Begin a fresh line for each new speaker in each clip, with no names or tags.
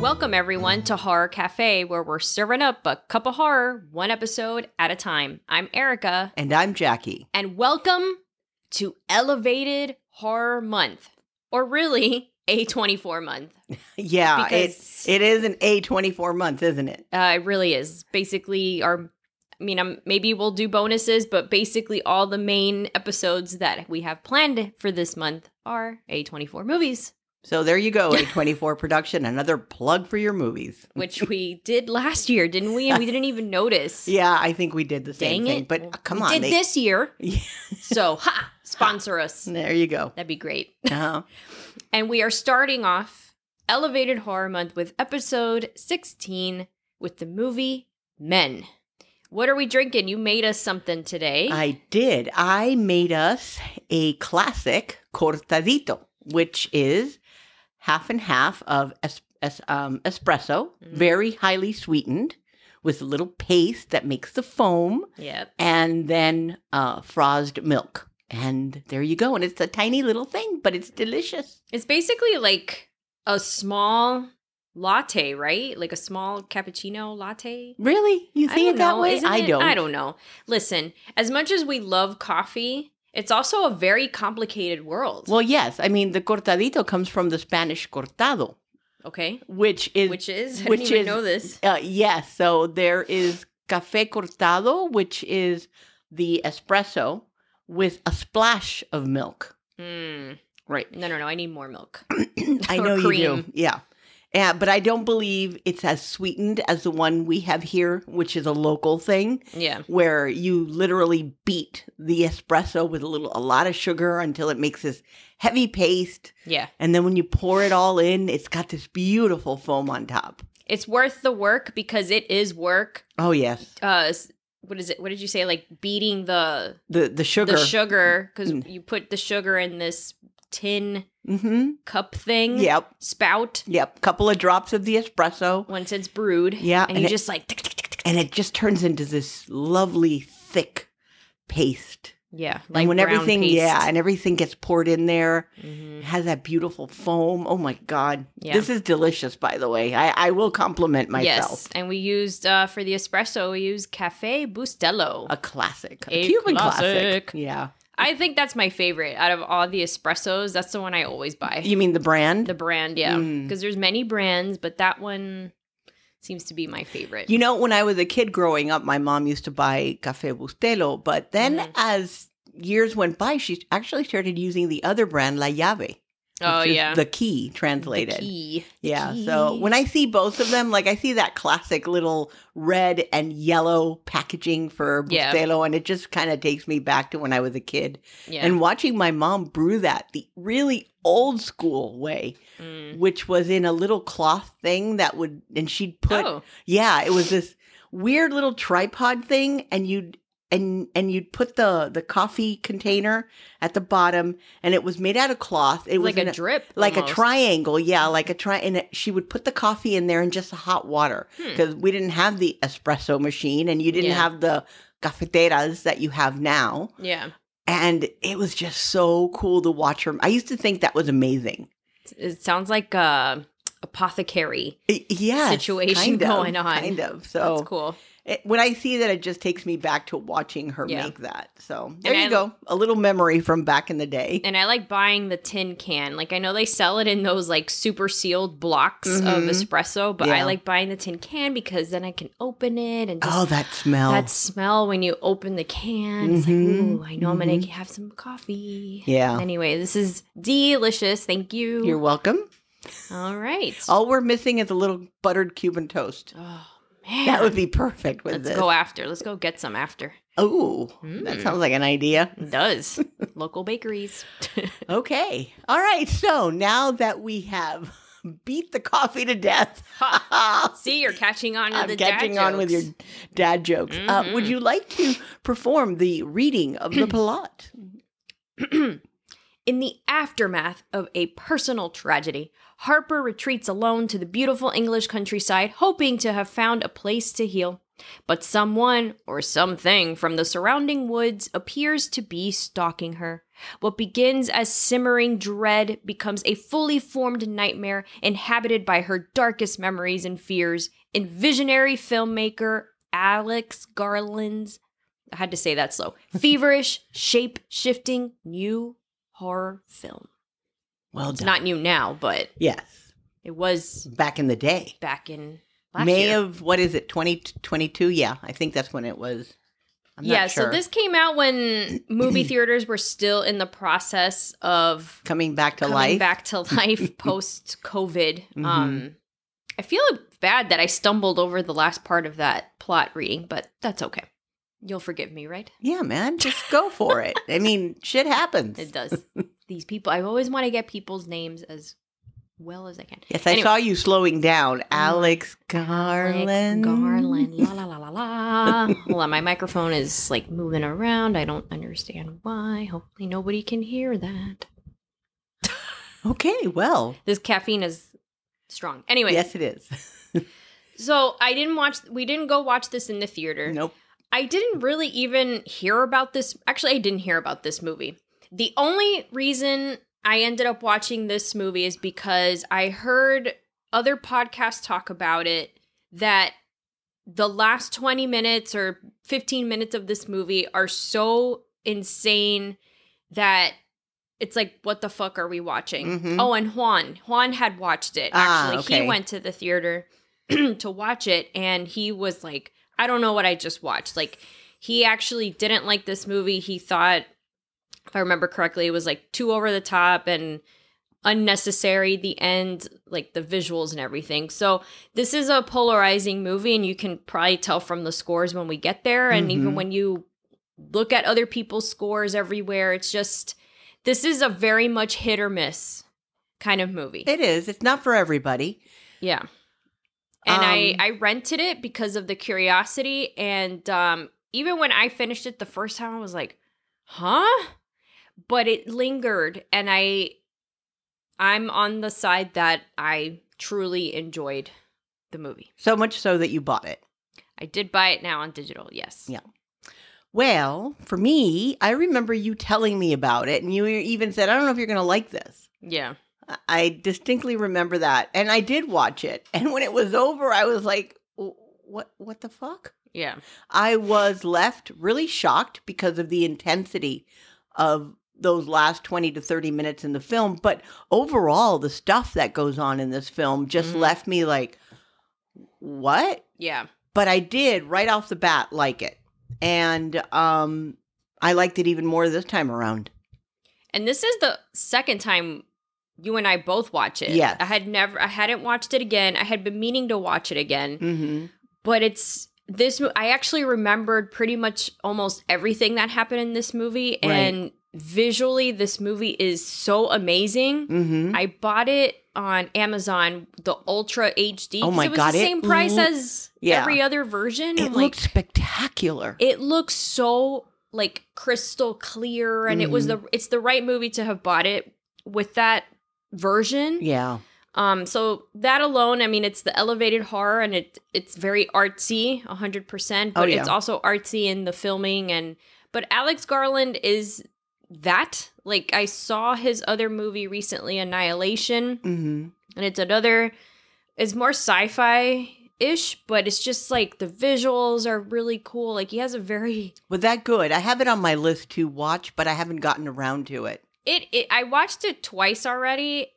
Welcome, everyone, to Horror Cafe, where we're serving up a cup of horror, one episode at a time. I'm Erica,
And I'm Jackie.
and welcome to Elevated Horror Month, or really A24 Month.
Yeah,
Because-
Ah, it, it is an A24 month, isn't it?
Uh, it really is. Basically, our, I mean, um, maybe we'll do bonuses, but basically, all the main episodes that we have planned for this month are A24 movies,
So there you go, A24 production, another plug for your movies.
which we did last year, didn't we? And we didn't even notice.
Yeah, I think we did the same
Dang
thing,
it.
but uh,
Well,
come
we
on.
Did
they-
this year.
Yeah.
So, ha! Sponsor us.
There you go.
That'd be great.
Uh-huh.
And we are starting off Elevated Horror Month with episode 16 with the movie Men. What are we drinking? You made us something today.
I did. I made us a classic cortadito, which is half and half of es- es- um, espresso,
Mm.
very highly sweetened, with a little paste that makes the foam.
yep.
and then uh, frozed milk. And there you go. And it's a tiny little thing, but it's delicious.
It's basically like a small latte, right? Like a small cappuccino latte.
Really? You
I
think
don't
it that
know,
way?
isn't
I
it?
don't.
I don't know. Listen, as much as we love coffee, it's also a very complicated world.
Well, yes. I mean, the cortadito comes from the Spanish cortado,
okay.
which is
Which is, I
which
didn't even
is-
know this.
uh, yes. So there is café cortado, which is the espresso with a splash of milk.
Mm.
Right.
No, no, no. I need more milk.
I
Or
know you do.
cream.
Yeah. Yeah, but I don't believe it's as sweetened as the one we have here, which is a local thing.
Yeah.
where you literally beat the espresso with a little a lot of sugar until it makes this heavy paste
Yeah.
and then when you pour it all in it's got this beautiful foam on top
It's worth the work because it is work.
oh yes
Uh s- what is it? What did you say like beating the
the the sugar
the sugar cuz
Mm.
you put the sugar in this tin
mm-hmm.
cup thing
yep
spout
yep couple of drops of the espresso
once it's brewed.
Yeah,
And,
and
you
it-
just like tick, tick, tick, tick, tick.
and it just turns into this lovely thick paste
yeah,
And
like
when
brown
everything
paste.
yeah and everything gets poured in there
Mhm.
it has that beautiful foam oh my god
Yeah.
this is delicious by the way i, I will compliment myself
Yes, and we used uh, for the espresso we used Cafe Bustelo.
A classic. A,
A
Cuban
classic.
classic. Yeah.
I think that's my favorite out of all the espressos. That's the one I always buy.
You mean the brand?
Eh. The brand, yeah.
Mm.
Because there's many brands, but that one seems to be my favorite.
you know, when I was a kid growing up, my mom used to buy Cafe Bustelo, but then
Mhm.
as years went by, she actually started using the other brand, La Llave.
oh
which is
yeah,
The key translated.
The key.
Yeah.
The
So
key.
when I see both of them, like I see that classic little red and yellow packaging for
Yeah.
Bustelo, and it just kind of takes me back to when I was a kid
Yeah.
and watching my mom brew that the really old school way.
Mm.
which was in a little cloth thing that would and she'd put
oh,
yeah it was this weird little tripod thing and you'd and and you'd put the the coffee container at the bottom and it was made out of cloth it was
like
in
a drip,
like a
almost. Mm-hmm.
triangle yeah like a tri and it- she would put the coffee in there and just hot water
Hmm.
because we didn't have the espresso machine and you didn't
Yeah.
have the cafeteras that you have now
Yeah,
and it was just so cool to watch her i used to think that was amazing
it sounds like a apothecary.
yeah
situation going on.
kind of so
That's cool.
it, when i see that it just takes me back to watching her
Yeah.
make that so there you
I-
go a little memory from back in the day
And I like buying the tin can. Like I know they sell it in those like super sealed blocks of
Mhm.
espresso, but I
Yeah.
like buying the tin can because then I can open it and just
oh that smell
that smell when you open the can. It's like,
Mhm.
ooh, I know I'm
Mhm.
gonna have some coffee.
yeah
Anyway, this is delicious. Thank you.
you're Oh. welcome
All right.
all we're missing is a little buttered cuban toast
oh man,
that would be perfect with
Let's
this
go after. Let's go get some after.
oh that
Mm.
sounds like an idea
It does local bakeries?
okay all right so now that we have beat the coffee to death
See, you're catching on to
I'm
the dad
Um, catching on with your
jokes.
dad jokes. Uh, would
Mhm.
you like to perform the reading of the plot?
In the aftermath of a personal tragedy, Harper retreats alone to the beautiful English countryside, hoping to have found a place to heal. But someone or something from the surrounding woods appears to be stalking her. What begins as simmering dread becomes a fully formed nightmare inhabited by her darkest memories and fears. In visionary filmmaker Alex Garland's, I had to say that slow, feverish, shape shifting new horror film.
Well
It's
done.
not new now, but
yes.
it was
Back in the day.
back in last
May
year.
of what is it, 2022? Yeah, I think that's when it was. I'm not
yeah, so
sure.
this came out when movie theaters were still in the process of
coming back to
coming
life. Mm-hmm.
back to life post COVID. Um, I feel bad that I stumbled over the last part of that plot reading, but that's okay. You'll forgive me, right?
Yeah, man, just go for it. I mean, shit happens.
It does. These people, I always want to get people's names as well as I can.
Yes, I
Anyway. Mm-hmm.
saw you slowing down, Alex Garland.
Alex Garland. La la la la la. Hold on, my microphone is like moving around. I don't understand why. Hopefully, nobody can hear that.
Okay, well,
This caffeine is strong. Anyway,
yes, it is.
so I didn't watch. We didn't go watch this in the theater.
Nope.
I didn't really even hear about this. Actually, I didn't hear about this movie. The only reason I ended up watching this movie is because I heard other podcasts talk about it that the last 20 minutes or 15 minutes of this movie are so insane that it's like what the fuck are we watching?
Mhm.
Oh, and Juan, Juan had watched it.
Ah,
Actually,
okay.
he went to the theater to watch it and he was like, I don't know what I just watched. Like he actually didn't like this movie. He thought if I remember correctly, it was like too over the top and unnecessary the end like the visuals and everything so this is a polarizing movie and you can probably tell from the scores when we get there and even
Mhm.
when you look at other people's scores everywhere it's just this is a very much hit or miss kind of movie
It is. It's not for everybody.
yeah and i
Um,
i rented it because of the curiosity and um even when i finished it the first time i was like huh but it lingered and i i'm on the side that i truly enjoyed the movie
So much so that you bought it.
i did buy it now on digital yes
Yeah. Well, for me, I remember you telling me about it, and you even said, I don't know if you're going to like this.
yeah
I- I distinctly remember that. And I did watch it. And when it was over, I was like, "Wh- what, what the fuck?
yeah
I was left really shocked because of the intensity of those last 20 to 30 minutes in the film. But overall, the stuff that goes on in this film just
Mhm.
left me like, what?
yeah
But I did right off the bat like it. And um, I liked it even more this time around.
and this is the second time you and i both watch it
Yes.
i had never i hadn't watched it again i had been meaning to watch it again
Mm-hmm.
but it's this mo- i actually remembered pretty much almost everything that happened in this movie
Right.
and visually this movie is so amazing
Mm-hmm.
i bought it on amazon the ultra hd
Oh
'cause
my
it was
God,
the
it
same price
loo-
as
Yeah.
every other version
It
I'm
looked
like,
spectacular.
it looks so like crystal clear and it was
Mm-hmm.
the it's the right movie to have bought it with that version
yeah.
um, so that alone, I mean, it's the elevated horror, and it it's very artsy, hundred percent. But
Oh, yeah.
it's also artsy in the filming, and but Alex Garland is that. Like I saw his other movie recently, Annihilation,
Mm-hmm.
and it's another. It's more sci-fi ish, but it's just like the visuals are really cool. Like he has a very
Was that good? I have it on my list to watch, but I haven't gotten around to it.
it, it I watched it twice already.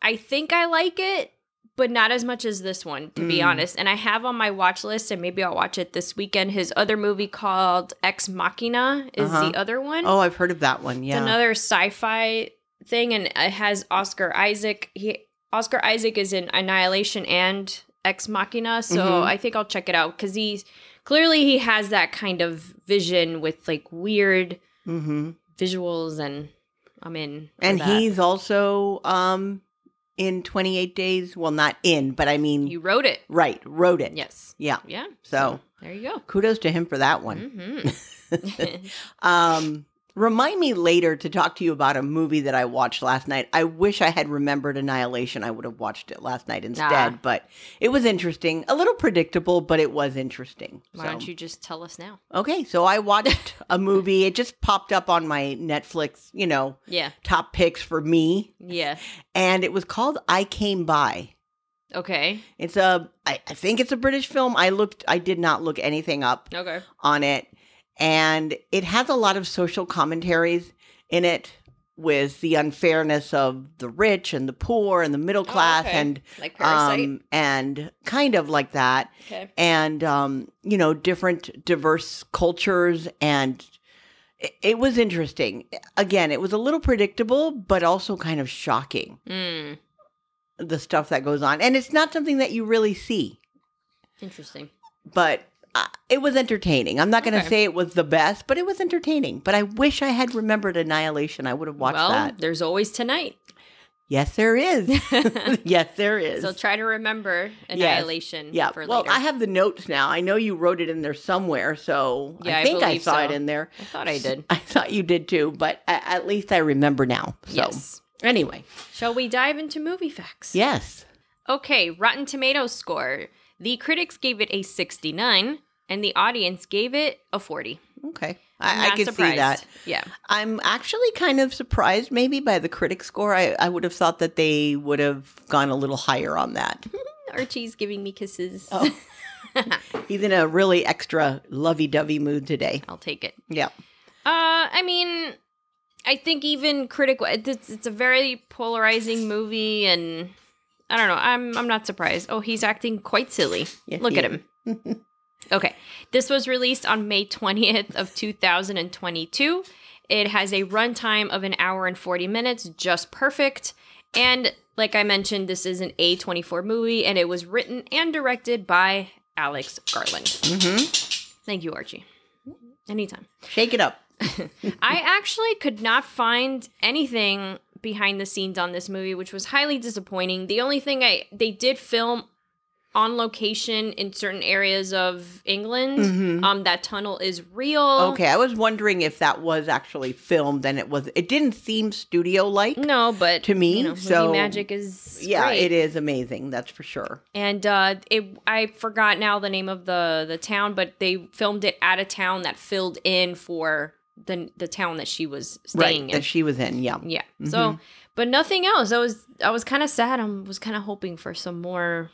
I think I like it, but not as much as this one, to be
Mm.
honest. And I have on my watch list, and maybe I'll watch it this weekend. His other movie called Ex Machina is
Uh-huh.
the other one.
Oh, I've heard of that one.
It's
Yeah.
another sci-fi thing, and it has Oscar Isaac. He Oscar Isaac is in Annihilation and Ex Machina, so
Mhm.
I think I'll check it out because he's clearly he has that kind of vision with like weird
mm-hmm.
visuals, and I'm in. for
And
that.
he's also um in 28 days. Well, not in, but I mean,
You wrote it.
right, wrote it.
Yes.
Yeah.
Yeah.
So
There you go.
kudos to him for that one.
Mhm.
Um, Remind me later to talk to you about a movie that I watched last night. I wish I had remembered Annihilation. I would have watched it last night instead,
Ah.
but it was interesting. A little predictable, but it was interesting.
Why
So-
don't you just tell us now?
Okay, so I watched a movie. It just popped up on my Netflix, you know,
Yeah.
top picks for me,
Yeah.
and it was called I Came By.
Okay.
It's a, I, I think it's a British film. I looked, I did not look anything up
Okay.
on it. And it has a lot of social commentaries in it with the unfairness of the rich and the poor and the middle
Oh,
class
okay.
and
Like Parasite.
um and kind of like that
okay.
and um you know different diverse cultures and it, it was interesting. Again, it was a little predictable but also kind of shocking
Mm.
the stuff that goes on and it's not something that you really see
Interesting.
but uh, it was entertaining. I'm not going to
Okay.
say it was the best, but it was entertaining. But I wish I had remembered Annihilation. I would have watched
well,
that.
there's always tonight.
Yes, there is. yes, there is.
so try to remember Annihilation
yeah.
for
well,
later.
I have the notes now. I know you wrote it in there somewhere, so
Yeah,
I
I
think I,
believe
saw it
so.
in there.
I thought I did.
I thought you did too, but I, at least I remember now. So
Yes.
anyway,
Shall we dive into movie facts?
yes,
Okay, Rotten Tomatoes score. The critics gave it a 69 and the audience gave it a 40.
okay, I, I
Not
could see
surprised.
that.
Yeah.
I'm actually kind of surprised, maybe by the critic score. I, I would have thought that they would have gone a little higher on that.
Archie's giving me kisses.
Oh. He's in a really extra lovey dovey mood today.
I'll take it.
Yeah.
Uh, I mean, I think even critical. It's, it's a very polarizing movie, and I don't know. I'm I'm not surprised. Oh, he's acting quite silly.
Yeah,
Look
he
at him. okay, this was released on May 20th of 2022. It has a runtime of an hour and 40 minutes, just perfect. And like I mentioned, this is an A24 movie, and it was written and directed by Alex Garland.
hmm
Thank you, Archie.
Mm-hmm.
Anytime.
Shake it up.
I actually could not find anything behind the scenes on this movie, which was highly disappointing. The only thing I they did film on location in certain areas of England.
Mhm.
Um, that tunnel is real.
Okay, I was wondering if that was actually filmed, and it was. It didn't seem studio like
No, but
to me.
you know,
so
movie magic is
yeah,
great.
it is amazing. That's for sure.
and uh, it I forgot now the name of the the town, but they filmed it at a town that filled in for the the town that she was staying
right
in. Mm.
that she was in. Yeah.
Yeah.
Mm-hmm.
So, but nothing else. I was I was kind of sad. I was kind of hoping for some more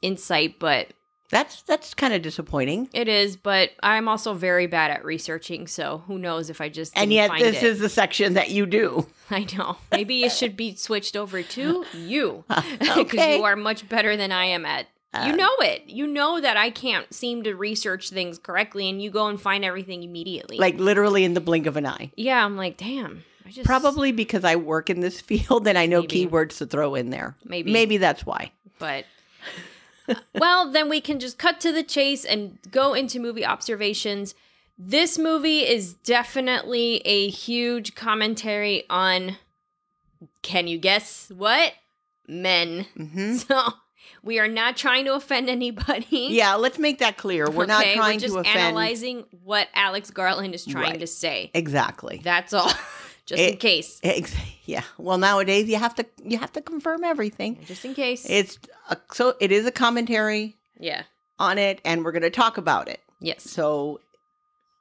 insight, but
That's that's kind of disappointing.
it is. But I'm also very bad at researching, so who knows if I just
And
didn't
yet,
find
this
it.
is the section that you do.
I know. Maybe it should be switched over to you because
okay.
you are much better than I am at. you
Um,
know it. You know that I can't seem to research things correctly, and you go and find everything immediately.
like literally in the blink of an eye.
yeah, I'm like, damn. I just
Probably because I work in this field and I know
Maybe.
keywords to throw in there.
Maybe.
Maybe that's why.
but uh, well then we can just cut to the chase and go into movie observations this movie is definitely a huge commentary on can you guess what men
hmm
so we are not trying to offend anybody
Yeah, let's make that clear. We're not
Mm-hmm. Okay,
trying
we're just
to offend.
analyzing what alex garland is trying
Right.
to say
Exactly.
that's all just in
It-
case
Ex- yeah. Well, nowadays you have to you have to confirm everything.
just in case
It's a, so it is a commentary
yeah
on it, and we're going to talk about it.
yes
So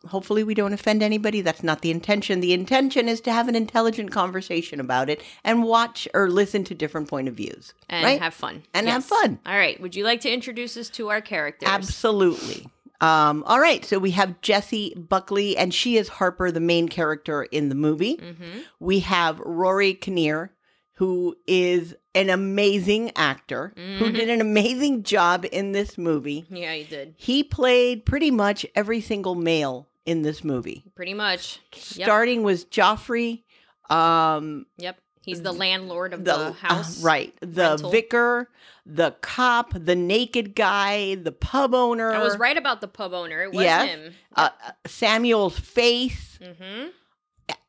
hopefully we don't offend anybody. That's not the intention. The intention is to have an intelligent conversation about it and watch or listen to different point of views.
and
right?
have fun
And have
Yes.
fun.
all right would you like to introduce us to our characters
Absolutely. Um, all right, so we have Jessie Buckley, and she is Harper, the main character in the movie.
mm-hmm.
We have Rory Kinnear, who is an amazing actor who
Mhm.
did an amazing job in this movie.
Yeah, you did.
He played pretty much every single male in this movie,
Pretty much. Yep.
starting with Joffrey, um,
Yep. He's the landlord of the,
the, uh,
house.
right, the
rental.
vicar, the cop, the naked guy, the pub owner,
I was right about the pub owner. It was
Yes.
him.
uh, Samuel's face.
Mm-hmm.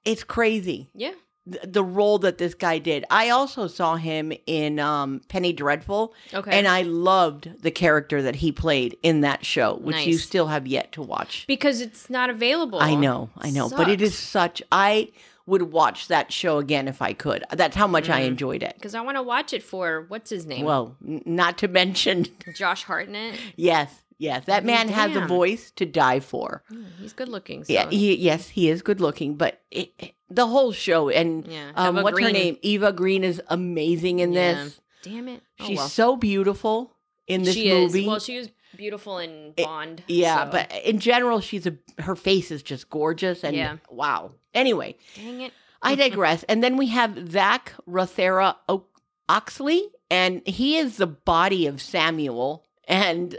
It's crazy.
Yeah.
th- the role that this guy did. I also saw him in um, Penny Dreadful,
Okay.
and I loved the character that he played in that show, which you
Nice.
still have yet to watch.
because it's not available.
I know, I know, but it is such. I would watch that show again if I could. That's how much I
Mm.
enjoyed it.
Because I want to watch it for what's his name?
Well, n- not to mention,
Josh Hartnett.
yes, yes, that
I mean,
man has a
Mm, damn.
voice to die for.
Mm, He's good looking. So.
Yeah, he, yes, he is good looking, but it, it- the whole show and
Yeah.
um,
Eva
what's her
Green.
name? Eva Green is amazing in
Yeah.
this.
Damn it. Oh,
She's
well.
so beautiful in this
she
movie.
Is, well, she was beautiful in
It-
Bond.
yeah,
so-
but in general, she's a her face is just gorgeous and
Yeah.
wow. Anyway,
dang it.
I digress. and then we have Zach Rothera o- Oxley, and he is the body of Samuel, and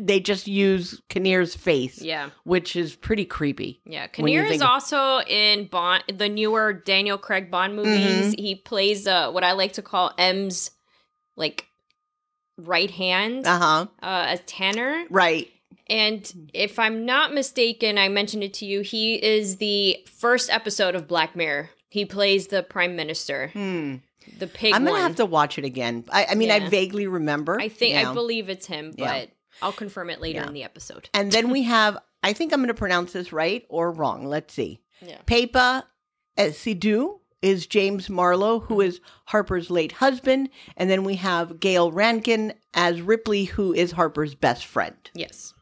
they just use Kinnear's face,
Yeah,
which is pretty creepy.
yeah.
When you
Kinnear is
think of-
also in Bond, the newer Daniel Craig Bond
Mm-hmm.
movies. He plays uh, what I like to call M's like right hand uh,
Uh huh.
as tenor.
Right. Mm-hmm.
And if I'm not mistaken, I mentioned it to you. He is the first episode of Black Mirror. He plays the prime minister,
Hmm.
the pig
I'm gonna
one.
have to watch it again. I, I mean, I
Yeah.
vaguely remember.
I think
now.
I believe it's him, but
Yeah.
I'll confirm it later
Yeah.
in the episode.
And then we have. I think I'm gonna pronounce this right or wrong. Let's see.
Yeah.
Papa Sidhu is James Marlowe, who
Mm-hmm.
is Harper's late husband. And then we have Gail Rankin as Ripley, who is Harper's best friend.
Yes.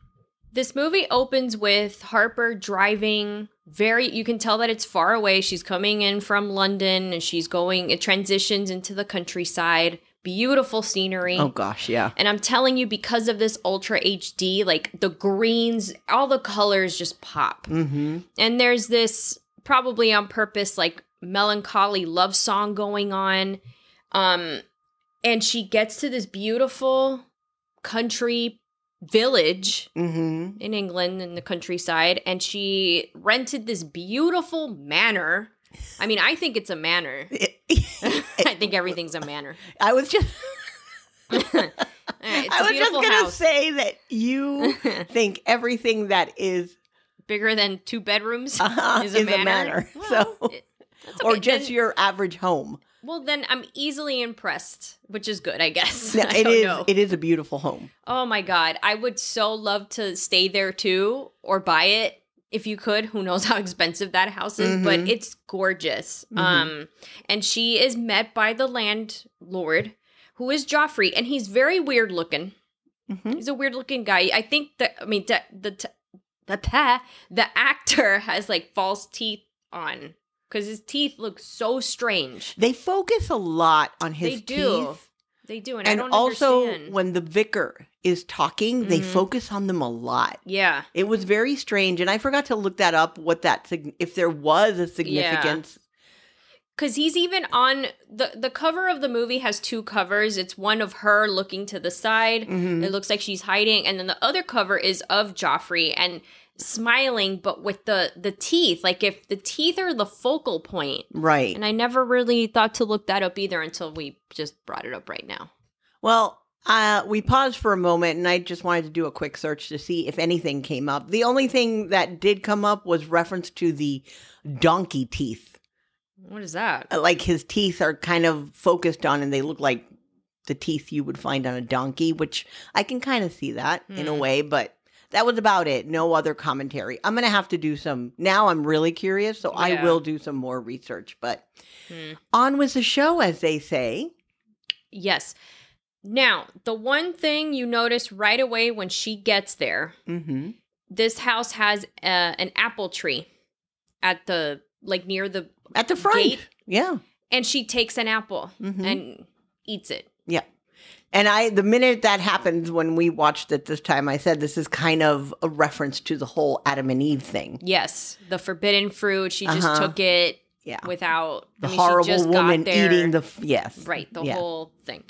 This movie opens with Harper driving very you can tell that it's far away. She's coming in from London and she's going it transitions into the countryside. Beautiful scenery.
Oh, gosh, yeah.
And I'm telling you because of this ultra HD, like the greens, all the colors just pop.
Mm-hmm.
And there's this probably on purpose like melancholy love song going on. Um and she gets to this beautiful country village
Mm-hmm.
in England in the countryside and she rented this beautiful manor. I mean, I think it's a manor. I think everything's a manor.
I was just,
All right, it's
I
a
was just
beautiful
gonna
house.
say that you think everything that is
Bigger than two bedrooms
uh,
is a manor.
so,
Well, it- that's
or
okay.
just
Then-
your average home.
Well, then I'm easily impressed, which is good, I guess.
No,
I
it
don't
is.
know.
It is a beautiful home.
oh my god, I would so love to stay there too, or buy it if you could. Who knows how expensive that house is, but
Mhm.
it's gorgeous.
Mhm.
Um, and she is met by the landlord, who is Joffrey, and he's very weird looking.
Mm-hmm.
He's a weird looking guy. I think that I mean the the t- the ta- the actor has like false teeth on because his teeth look so strange.
They focus a lot on his
They do.
teeth.
They do, and, I
and
don't
also
understand.
when the vicar is talking they
Mhm.
focus on them a lot
yeah,
it was very strange and i forgot to look that up what that sig- if there was a significance
because he's even on the the cover of the movie has two covers. It's one of her looking to the side.
Mhm.
It looks like she's hiding, and then the other cover is of Joffrey and smiling, but with the the teeth. Like if the teeth are the focal point.
right
And I never really thought to look that up either until we just brought it up right now.
well uh, we paused for a moment and i just wanted to do a quick search to see if anything came up the only thing that did come up was reference to the donkey teeth
What is that?
Uh, like his teeth are kind of focused on and they look like the teeth you would find on a donkey, which I can kind of see that in a
Hmm.
way, but that was about it. No other commentary. I'm going to have to do some. Now I'm really curious, so I
Yeah.
will do some more research, but
Hmm.
on with the show, as they say.
Yes. Now, the one thing you notice right away when she gets there,
Mm-hmm.
this house has uh, an apple tree at the like near the
At the front.
Gate.
Yeah.
and she takes an apple
Mhm.
and eats it.
And I, the minute that happens when we watched it this time, I said this is kind of a reference to the whole Adam and Eve thing.
Yes, the forbidden fruit, she just
Uh-huh.
took it
Yeah.
without I
the
mean, she
horrible
just got
woman
there-
eating the, f- yes.
Right, the
Yeah.
whole thing.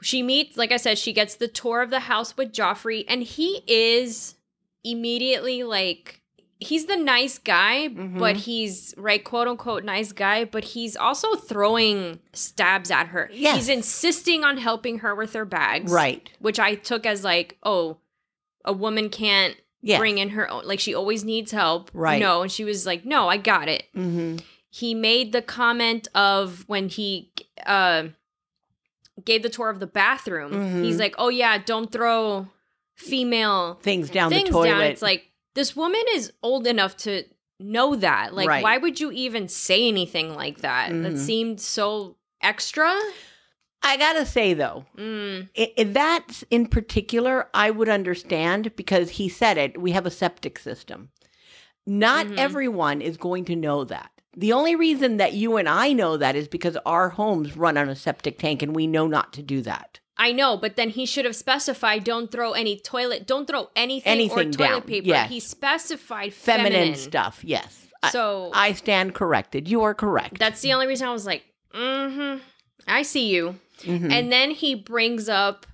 She meets, like I said, she gets the tour of the house with Joffrey, and he is immediately like, he's the nice guy,
Mhm.
but he's, right, quote unquote, nice guy, but he's also throwing stabs at her.
Yes.
He's insisting on helping her with her bags.
Right.
Which I took as like, oh, a woman can't
Yeah.
bring in her own, like, she always needs help.
Right.
No. And she was like, no, I got it
Mm-hmm.
he made the comment of when he uh, gave the tour of the bathroom.
Mhm.
He's like, "Oh yeah, don't throw female
Things down
things
the toilet.
down." It's like this woman is old enough to know that. Like,
Right.
why would you even say anything like that? That
Mhm.
seemed so extra.
I gotta say though,
Mm,
i i- that in particular, I would understand because he said it. We have a septic system. Not
Mhm.
everyone is going to know that. The only reason that you and I know that is because our homes run on a septic tank and we know not to do that.
I know, but then he should have specified don't throw any toilet, don't throw anything, or
Anything
toilet
down,
paper.
yes.
He specified
Feminine,
feminine,
stuff, yes. I,
So
I stand corrected. You are correct.
that's the only reason I was like, mm-hmm, I see you.
Mhm.
And then he brings up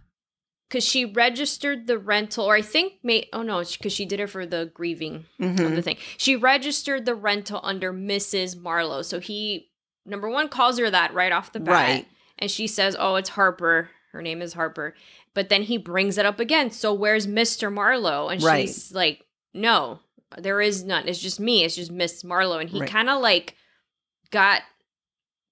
because she registered the rental, or I think, may, oh no, because she did it for the grieving of
Mhm.
the thing. She registered the rental under Mrs. Marlowe. So he, number one, calls her that right off the bat.
Right.
And she says, oh, it's Harper. Her name is Harper. But then he brings it up again. So where's Mr. Marlowe? And
Right.
she's like, no, there is none. It's just me. It's just Miss Marlowe. And he
Right.
kind of like got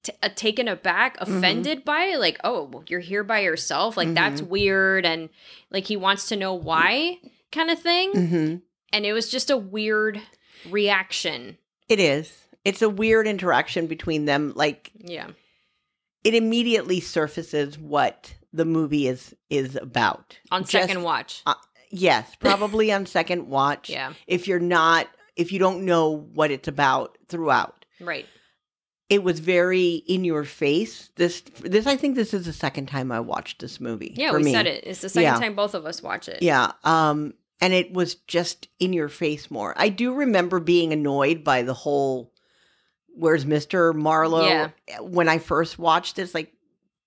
t- uh, taken aback,
Mm-hmm.
offended by it. Like, oh, well, you're here by yourself. Like, that's
Mm-hmm.
weird. And like, he wants to know why kind of thing.
Mhm.
And it was just a weird reaction.
It is. It's a weird interaction between them. Like
Yeah.
it immediately surfaces what the movie is is about
On
Just-
second watch.
Yes, probably on second watch.
Yeah.
If you're not, if you don't know what it's about throughout,
Right.
it was very in your face. This, this, I think this is the second time I watched this movie.
Yeah,
for
we
me.
said it. It's the second
Yeah.
time both of us watch it.
Yeah. Um, and it was just in your face more. I do remember being annoyed by the whole "Where's Mister Marlowe?"
Yeah.
when I first watched this. Like,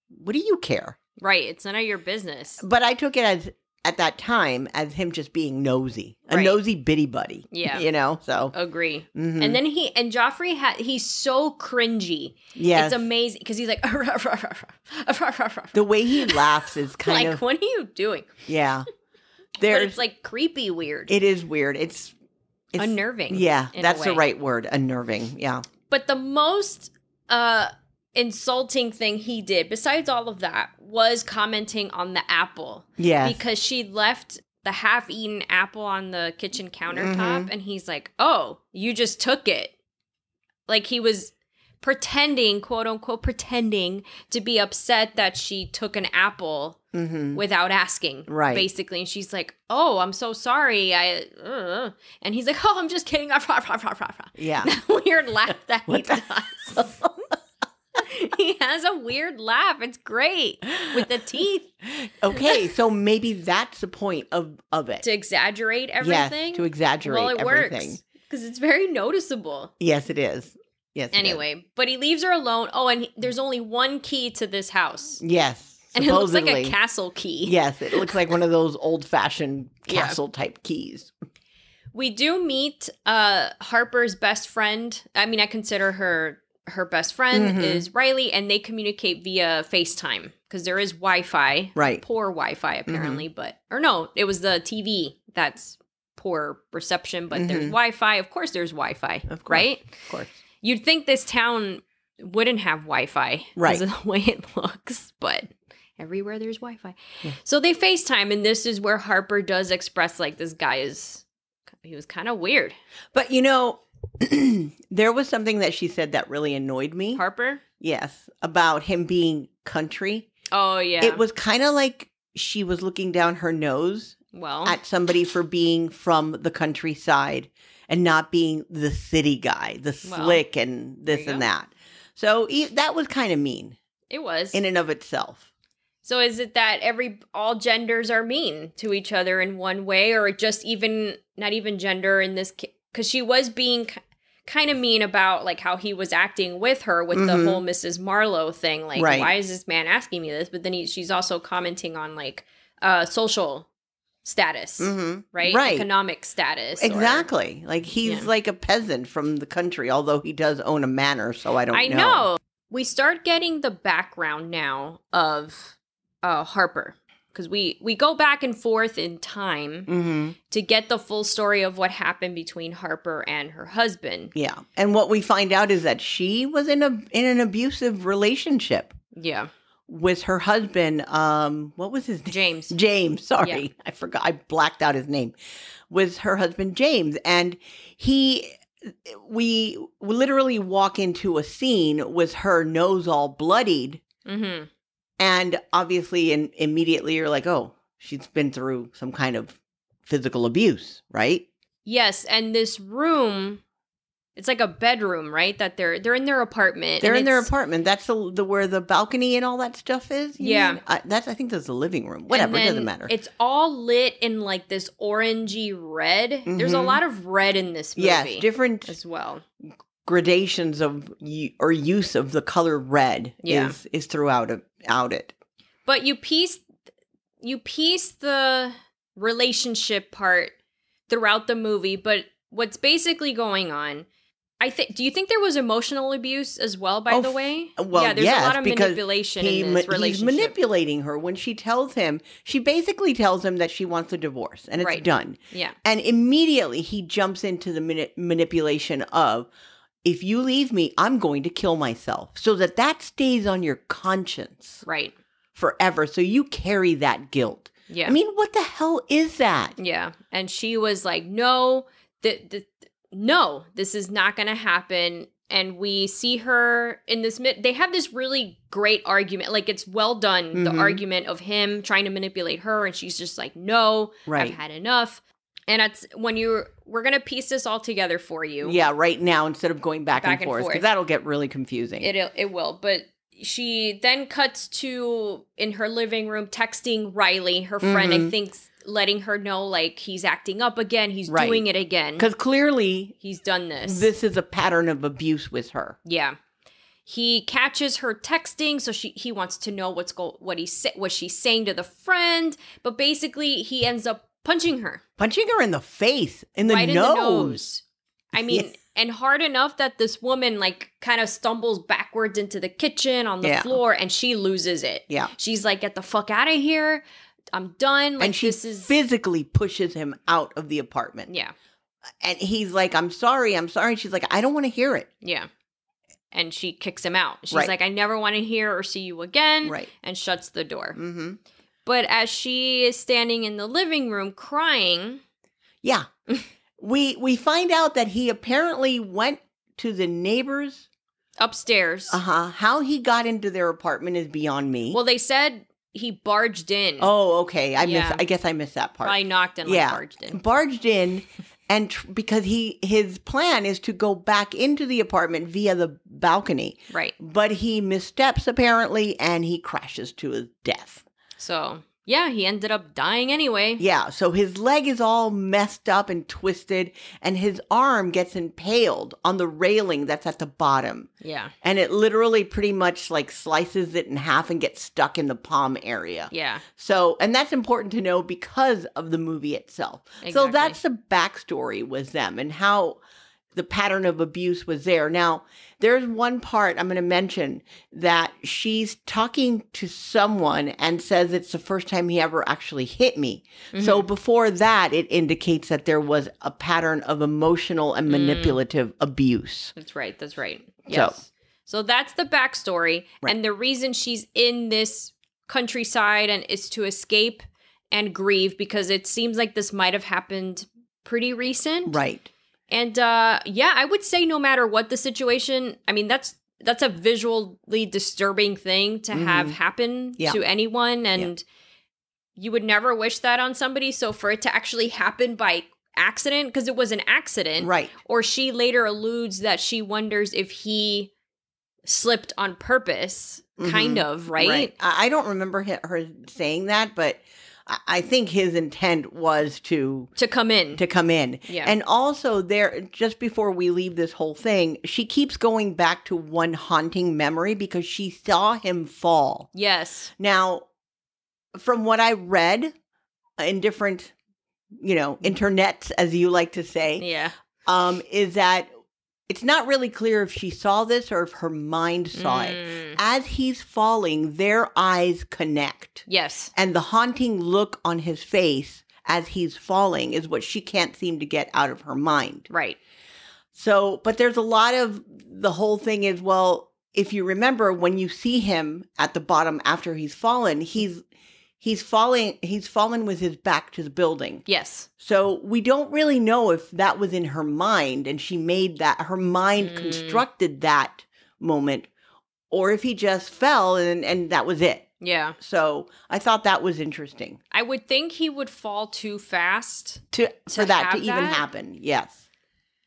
what do you care?
Right. It's none of your business.
But I took it as at that time as him just being nosy, a
Right.
nosy bitty buddy.
Yeah.
you know. So
Agree.
Mhm.
And then he and Joffrey had he's so cringy.
yes,
It's amazing because he's like
the way he laughs is kind
like
of
what are you doing?
yeah.
But
There's
it's like creepy weird.
it is weird. It's, it's
unnerving.
Yeah,
in a
that's the
way.
right word. Unnerving. Yeah.
But the most uh insulting thing he did besides all of that was commenting on the apple
Yes.
because she left the half-eaten apple on the kitchen countertop
Mhm.
and he's like, "Oh, you just took it." Like he was pretending, quote unquote, pretending to be upset that she took an apple
hmm
without asking.
Right.
Basically, and she's like, "Oh, I'm so sorry." I uh," and he's like, "Oh, I'm just kidding."
Yeah.
That weird laugh that he
What the-
does. he has a weird laugh. It's great with the teeth
okay, so maybe that's the point of of it.
to exaggerate
yes,
everything.
to exaggerate
well, it
everything.
works because it's very noticeable.
Yes, it is. Yes. it is.
Anyway, but he leaves her alone. Oh, and he- there's only one key to this house,
Yes.
and it looks
supposedly.
like a castle key.
Yes, it looks like one of those old fashioned
Yeah.
castle type keys.
We do meet uh Harper's best friend. I mean, I consider her her best friend
Mhm.
is Riley, and they communicate via FaceTime because there is Wi-Fi.
Right.
Poor Wi-Fi apparently, but or no, it was the TV that's poor reception, but there's
Mhm.
Wi-Fi. Of Mm-hmm. course, there's Wi-Fi.
Of course.
Right.
Of course.
You'd think this town wouldn't have Wi-Fi, 'cause
Right.
Of the way it looks, but everywhere there's Wi-Fi.
Yeah.
So they FaceTime, and this is where Harper does express like this guy is. He was kind of weird.
But you know, there was something that she said that really annoyed me.
Harper.
Yes, about him being country.
Oh yeah.
It was kind of like she was looking down her nose
well.
at somebody for being from the countryside and not being the city guy, the
Well,
slick and
there
this
you
and
go.
that. So e- that was kind of mean
it was.
in and of itself.
so is it that every all genders are mean to each other in one way, or just even not even gender in this? Because she was being kind of mean about like how he was acting with her with
Mhm.
the whole Mrs. Marlowe thing. Like,
Right.
why is this man asking me this? But then he, she's also commenting on like uh social status,
Mm-hmm.
right?
Right.
Economic status. or-
Exactly. Like he's
Yeah.
like a peasant from the country, although he does own a manor. So I don't.
I know. We start getting the background now of uh, Harper because we we go back and forth in time
hmm
to get the full story of what happened between Harper and her husband.
Yeah. And what we find out is that she was in a in an abusive relationship
Yeah,
with her husband. Um, what was his name?
James.
James, sorry. I forgot. I blacked out his name. Was her husband James. And he, we literally walk into a scene with her nose all bloodied.
Mm-hmm.
And obviously, and immediately you're like, oh, she's been through some kind of physical abuse, right?
Yes, and this room, it's like a bedroom, right? That they're they're in their apartment.
They're
and
in their
it's-
apartment. That's the, the where the balcony and all that stuff is. you
Yeah.
mean? I, that's I think that's the living room. Whatever, it
and
doesn't
then
matter.
It's all lit in like this orangey red. There's a
Mhm.
lot of red in this movie
Yes, different
as well.
gradations of u- or use of the color red
Yeah.
is is throughout a, out it.
but you piece you piece the relationship part throughout the movie but what's basically going on i think do you think there was emotional abuse as well by
Oh,
the way
f- well,
yeah there's
yes,
a lot of
because
manipulation
He,
in
ma-
this
he's
relationship
manipulating her when she tells him. She basically tells him that she wants a divorce and it's
Right.
done.
yeah
And immediately he jumps into the mani- manipulation of, if you leave me, I'm going to kill myself. So that that stays on your conscience
right
forever. So you carry that guilt.
yeah
I mean, what the hell is that?
yeah and she was like no th- th- no this is not gonna happen and we see her in this mid they have this really great argument like it's well done
Mhm.
the argument of him trying to manipulate her and she's just like no
Right.
i've had enough and it's when you we're gonna piece this all together for you
Yeah, right now instead of going back,
Back
and
and
forth, because
forth.
that'll get really confusing.
it it will but she then cuts to in her living room texting riley her friend
Mhm.
i think letting her know like he's acting up again he's
Right.
doing it again
Because clearly,
he's done this
this is a pattern of abuse with her.
Yeah. He catches her texting, so she he wants to know what's go what he sa- what she's saying to the friend, but basically he ends up punching her
Punching her in the face, in the,
right
nose.
in the nose. I mean,
Yes.
and hard enough that this woman like kind of stumbles backwards into the kitchen on the
Yeah.
floor and she loses it.
Yeah.
She's like, "Get the fuck out of here! I'm done." Like
and she
this is
physically pushes him out of the apartment.
yeah,
And he's like, I'm sorry, I'm sorry. She's like, I don't want to hear it.
yeah. And she kicks him out. She's
Right.
like, "I never want to hear or see you again,"
Right.
and shuts the door.
hmm
But as she is standing in the living room crying,
Yeah. we we find out that he apparently went to the neighbors.
upstairs,
Uh-huh. How he got into their apartment is beyond me.
well, they said he barged in.
oh, okay. I
Yeah.
miss I guess I missed that part.
probably knocked and like,
Yeah.
barged in.
barged in and tr- because he his plan is to go back into the apartment via the balcony
Right.
but he missteps apparently and he crashes to his death
So, yeah, he ended up dying anyway.
yeah so his leg is all messed up and twisted and his arm gets impaled on the railing that's at the bottom
Yeah.
and it literally pretty much like slices it in half and gets stuck in the palm area
Yeah.
So, and that's important to know because of the movie itself. So
Exactly.
that's the backstory with them and how the pattern of abuse was there. Now, there's one part I'm going to mention that she's talking to someone and says it's the first time he ever actually hit me. So before that, it indicates that there was a pattern of emotional and manipulative abuse.
That's right. That's right.
So-
Yes. So, that's the backstory.
Right.
And the reason she's in this countryside and is to escape and grieve because it seems like this might have happened pretty recent.
Right.
And uh yeah, I would say no matter what the situation, I mean that's that's a visually disturbing thing to have
Mhm.
happen
Yeah.
to anyone and you would never wish that on somebody, so for it to actually happen by accident because it was an accident
Right.
or she later alludes that she wonders if he slipped on purpose
Mm-hmm.
kind of, right?
I, I don't remember he- her saying that, but I, I think his intent was to
To come in.
to come in.
Mm-hmm. yeah.
And also there just before we leave this whole thing, she keeps going back to one haunting memory because she saw him fall.
yes.
Now, from what I read in different, you know, internets as you like to say,
Mm-hmm. Yeah.
um is that it's not really clear if she saw this or if her mind saw it.
Mm.
as he's falling, their eyes connect.
Yes.
And the haunting look on his face as he's falling is what she can't seem to get out of her mind.
Right.
So, but there's a lot of the whole thing is well, if you remember when you see him at the bottom after he's fallen, he's he's falling he's fallen with his back to the building.
Yes.
So, we don't really know if that was in her mind and she made that her mind
Mm.
constructed that moment or if he just fell and and that was it.
Yeah.
So, I thought that was interesting
I would think he would fall too fast,
to, for that to
have
even
that?
happen. Yes.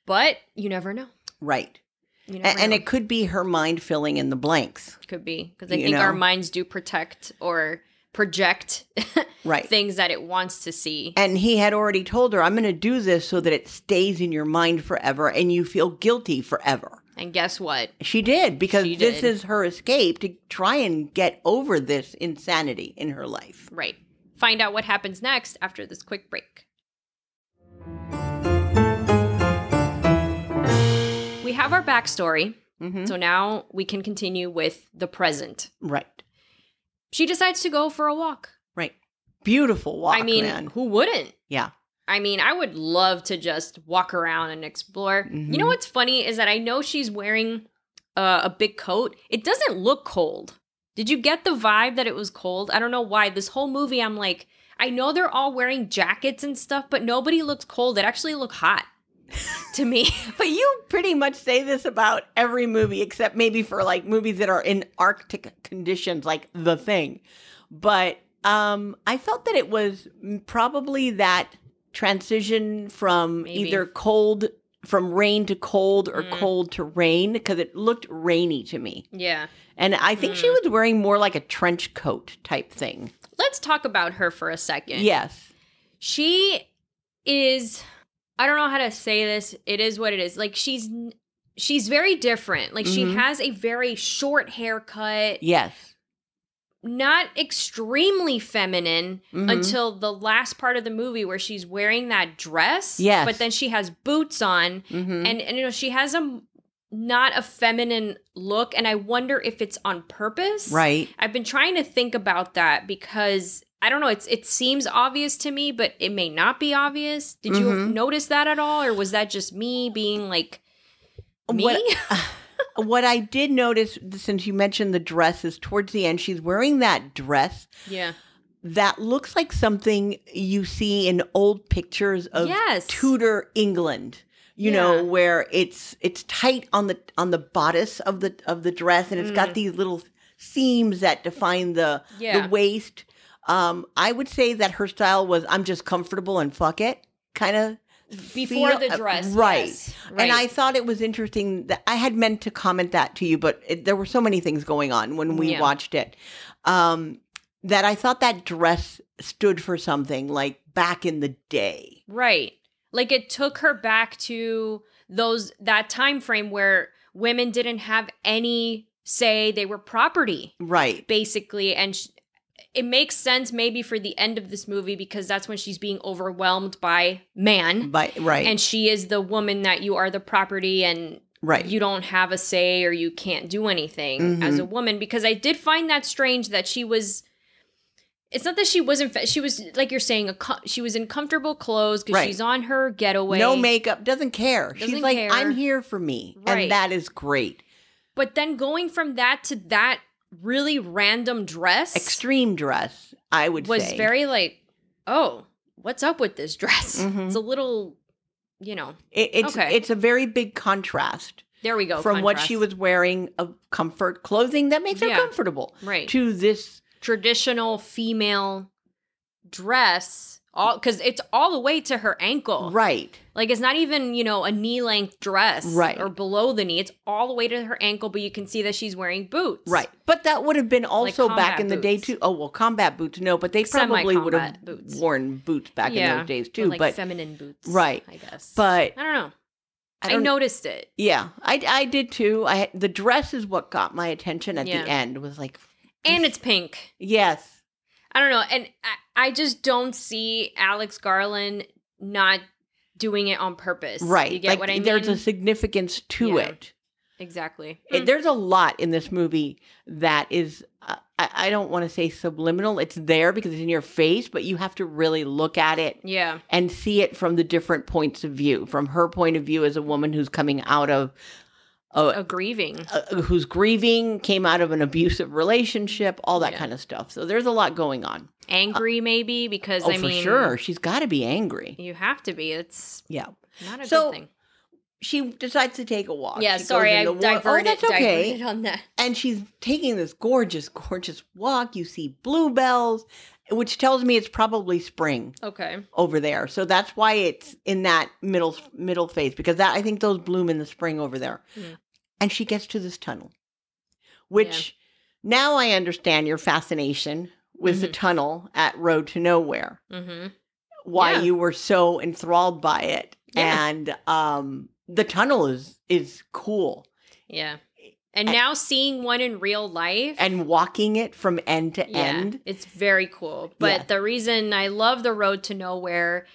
but you never know.
Right.
You
A-
never
And,
know.
it could be her mind filling in the blanks.
could be because I
you
think our
know.
minds do protect or project
Right.
things that it wants to see.
And he had already told her, I'm going to do this so that it stays in your mind forever and you feel guilty forever.
And guess what?
She did because
She
this
did.
is her escape to try and get over this insanity in her life.
Right. Find out what happens next after this quick break. We have our backstory,
Mhm.
so now we can continue with the present.
Right.
She decides to go for a walk.
Right. Beautiful walk.
I mean,
man.
who wouldn't?
Yeah.
I mean, I would love to just walk around and explore. You know
Mhm.
what's funny is that I know she's wearing uh, a big coat. It doesn't look cold. Did you get the vibe that it was cold? I don't know why. This whole movie, I'm like, I know they're all wearing jackets and stuff, but nobody looks cold. It actually looked hot to me.
But you pretty much say this about every movie, except maybe for like movies that are in Arctic conditions, like The Thing. But um, I felt that it was m- probably that transition from
Maybe.
either cold, from rain to cold or
Mm.
cold to rain, because it looked rainy to me.
yeah.
And I think she
Mm.
was wearing more like a trench coat type thing.
Let's talk about her for a second.
Yes.
she is i don't know how to say this it is what it is like she's n- she's very different like she
Mhm.
has a very short haircut
Yes.
not extremely feminine
Mhm.
until the last part of the movie where she's wearing that dress
Yes.
but then she has boots on
Mhm.
and and you know she has a m- not a feminine look and i wonder if it's on purpose
right.
I've been trying to think about that because I don't know. It's it seems obvious to me, but it may not be obvious. Did you
Mhm.
notice that at all, or was that just me being like me?
What- what I did notice, since you mentioned the dress, is towards the end, she's wearing that dress
yeah.
that looks like something you see in old pictures of
yes.
Tudor England. You
Yeah.
know where it's it's tight on the on the bodice of the of the dress, and it's
Mm.
got these little seams that define the
yeah.
the waist. Um, I would say that her style was I'm just comfortable and fuck it kind of
Before the dress.
uh, right?
yes,
And I
right.
thought it was interesting that I had meant to comment that to you, but it, there were so many things going on when we
Yeah.
watched it um, that I thought that dress stood for something like back in the day.
right. Like it took her back to those that time frame where women didn't have any say; they were property.
Right.
basically and sh- it makes sense maybe for the end of this movie because that's when she's being overwhelmed by man
By, right.
and she is the woman that you are the property and
right.
you don't have a say or you can't do anything as a
Mm-hmm.
woman because i did find that strange that she was it's not that she wasn't fa- she was like you're saying a co- she was in comfortable clothes because
Right.
she's on her getaway
no makeup, doesn't care.
Doesn't
She's like,
care.
I'm here for me.
Right.
And that is great.
but then going from that to that really random dress
Extreme dress, I would
was
say.
very like, oh, what's up with this dress?
Mhm.
It's a little, you know.
It- it's,
okay.
it's a very big contrast
There we go.
from what she
contrast.
was wearing of comfort clothing that makes her
Yeah.
comfortable
right
to this
traditional female dress, all because it's all the way to her ankle.
Right.
Like it's not even you know a knee length dress,
Right.
or below the knee. It's all the way to her ankle, but you can see that she's wearing boots,
Right. But that would have been also back
combat
in the day
boots.
too. Oh well combat boots, no, but they probably would have
Semi-combat boots.
worn boots back in
Yeah,
those days
Or,
too.
like
but
feminine boots,
Right.
I guess,
but
I don't know.
I
I,
don't
noticed it,
Yeah. I I did too. I the dress is what got my attention at
Yeah.
the end was like
and it's pink.
yes.
I don't know. And I, I just don't see Alex Garland not doing it on purpose.
Right.
You get
like
what I mean?
there's a significance to
Yeah. Hmm.
it.
Exactly. Mm.
It- there's a lot in this movie that is uh, I, I don't want to say subliminal it's there because it's in your face but you have to really look at it
Yeah.
and see it from the different points of view from her point of view as a woman who's coming out of
A grieving.
uh, who's grieving came out of an abusive relationship all that
Yeah.
kind of stuff so there's a lot going on
Angry, maybe, because
Uh, oh
I
for
mean,
sure she's got to be angry
you have to be. It's
yeah
not a
So,
good thing.
she decides to take a walk
Yeah,
She goes
sorry,
in
I
the wa- oh,
diverted,
that's okay
diverted on that.
and she's taking this gorgeous, gorgeous walk. You see bluebells, which tells me it's probably spring
Okay.
over there. So that's why it's in that middle middle phase because that I think those bloom in the spring over there.
Mm.
And she gets to this tunnel, which now I understand your fascination with the tunnel at Road to Nowhere.
Mm-hmm.
Why
Yeah.
you were so enthralled by it,
Yeah.
and um, the tunnel is is cool.
Yeah. And, now seeing one in real life.
And walking it from end to
yeah,
end,
It's very cool. But
Yeah.
the reason I love The Road to Nowhere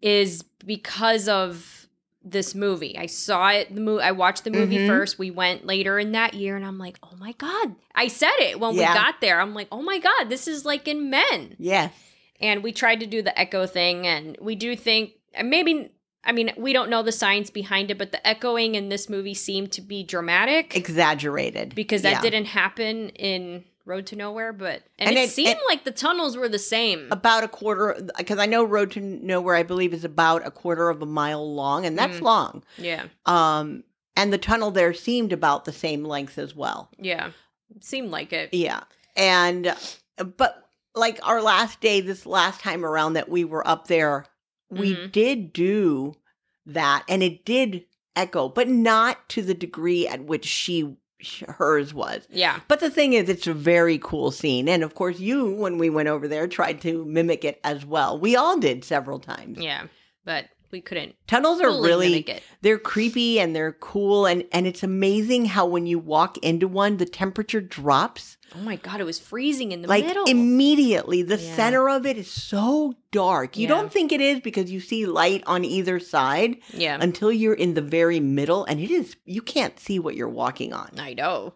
is because of this movie. I saw it the movie I watched the movie
Mhm.
first. We went later in that year and I'm like, "Oh my god." I said it when
Yeah.
we got there. I'm like, "Oh my god, this is like in Men."
yes.
And we tried to do the echo thing and we do think and maybe I mean, we don't know the science behind it, but the echoing in this movie seemed to be dramatic
exaggerated
because that
Yeah.
didn't happen in Road to Nowhere, but and,
And
it,
it-
seemed
it-
like the tunnels were the same.
about a quarter because I know Road to Nowhere I believe is about a quarter of a mile long and that's
Mm.
long.
yeah,
Um and the tunnel there seemed about the same length as well.
yeah, seemed like it.
Yeah. And but like our last day this last time around that we were up there we
Mhm.
did do that and it did echo but not to the degree at which she sh- hers was.
Yeah,
But the thing is, it's a very cool scene. And of course, you, when we went over there, tried to mimic it as well. We all did several times.
yeah, but we couldn't
Tunnels are
fully
really,
mimic it.
they're creepy and they're cool. And, and it's amazing how when you walk into one, the temperature drops.
Oh my god, it was freezing in the
like
middle.
immediately, the
Yeah.
center of it is so dark. You
Yeah.
don't think it is because you see light on either side
yeah,
until you're in the very middle. And it is, you can't see what you're walking on.
I know.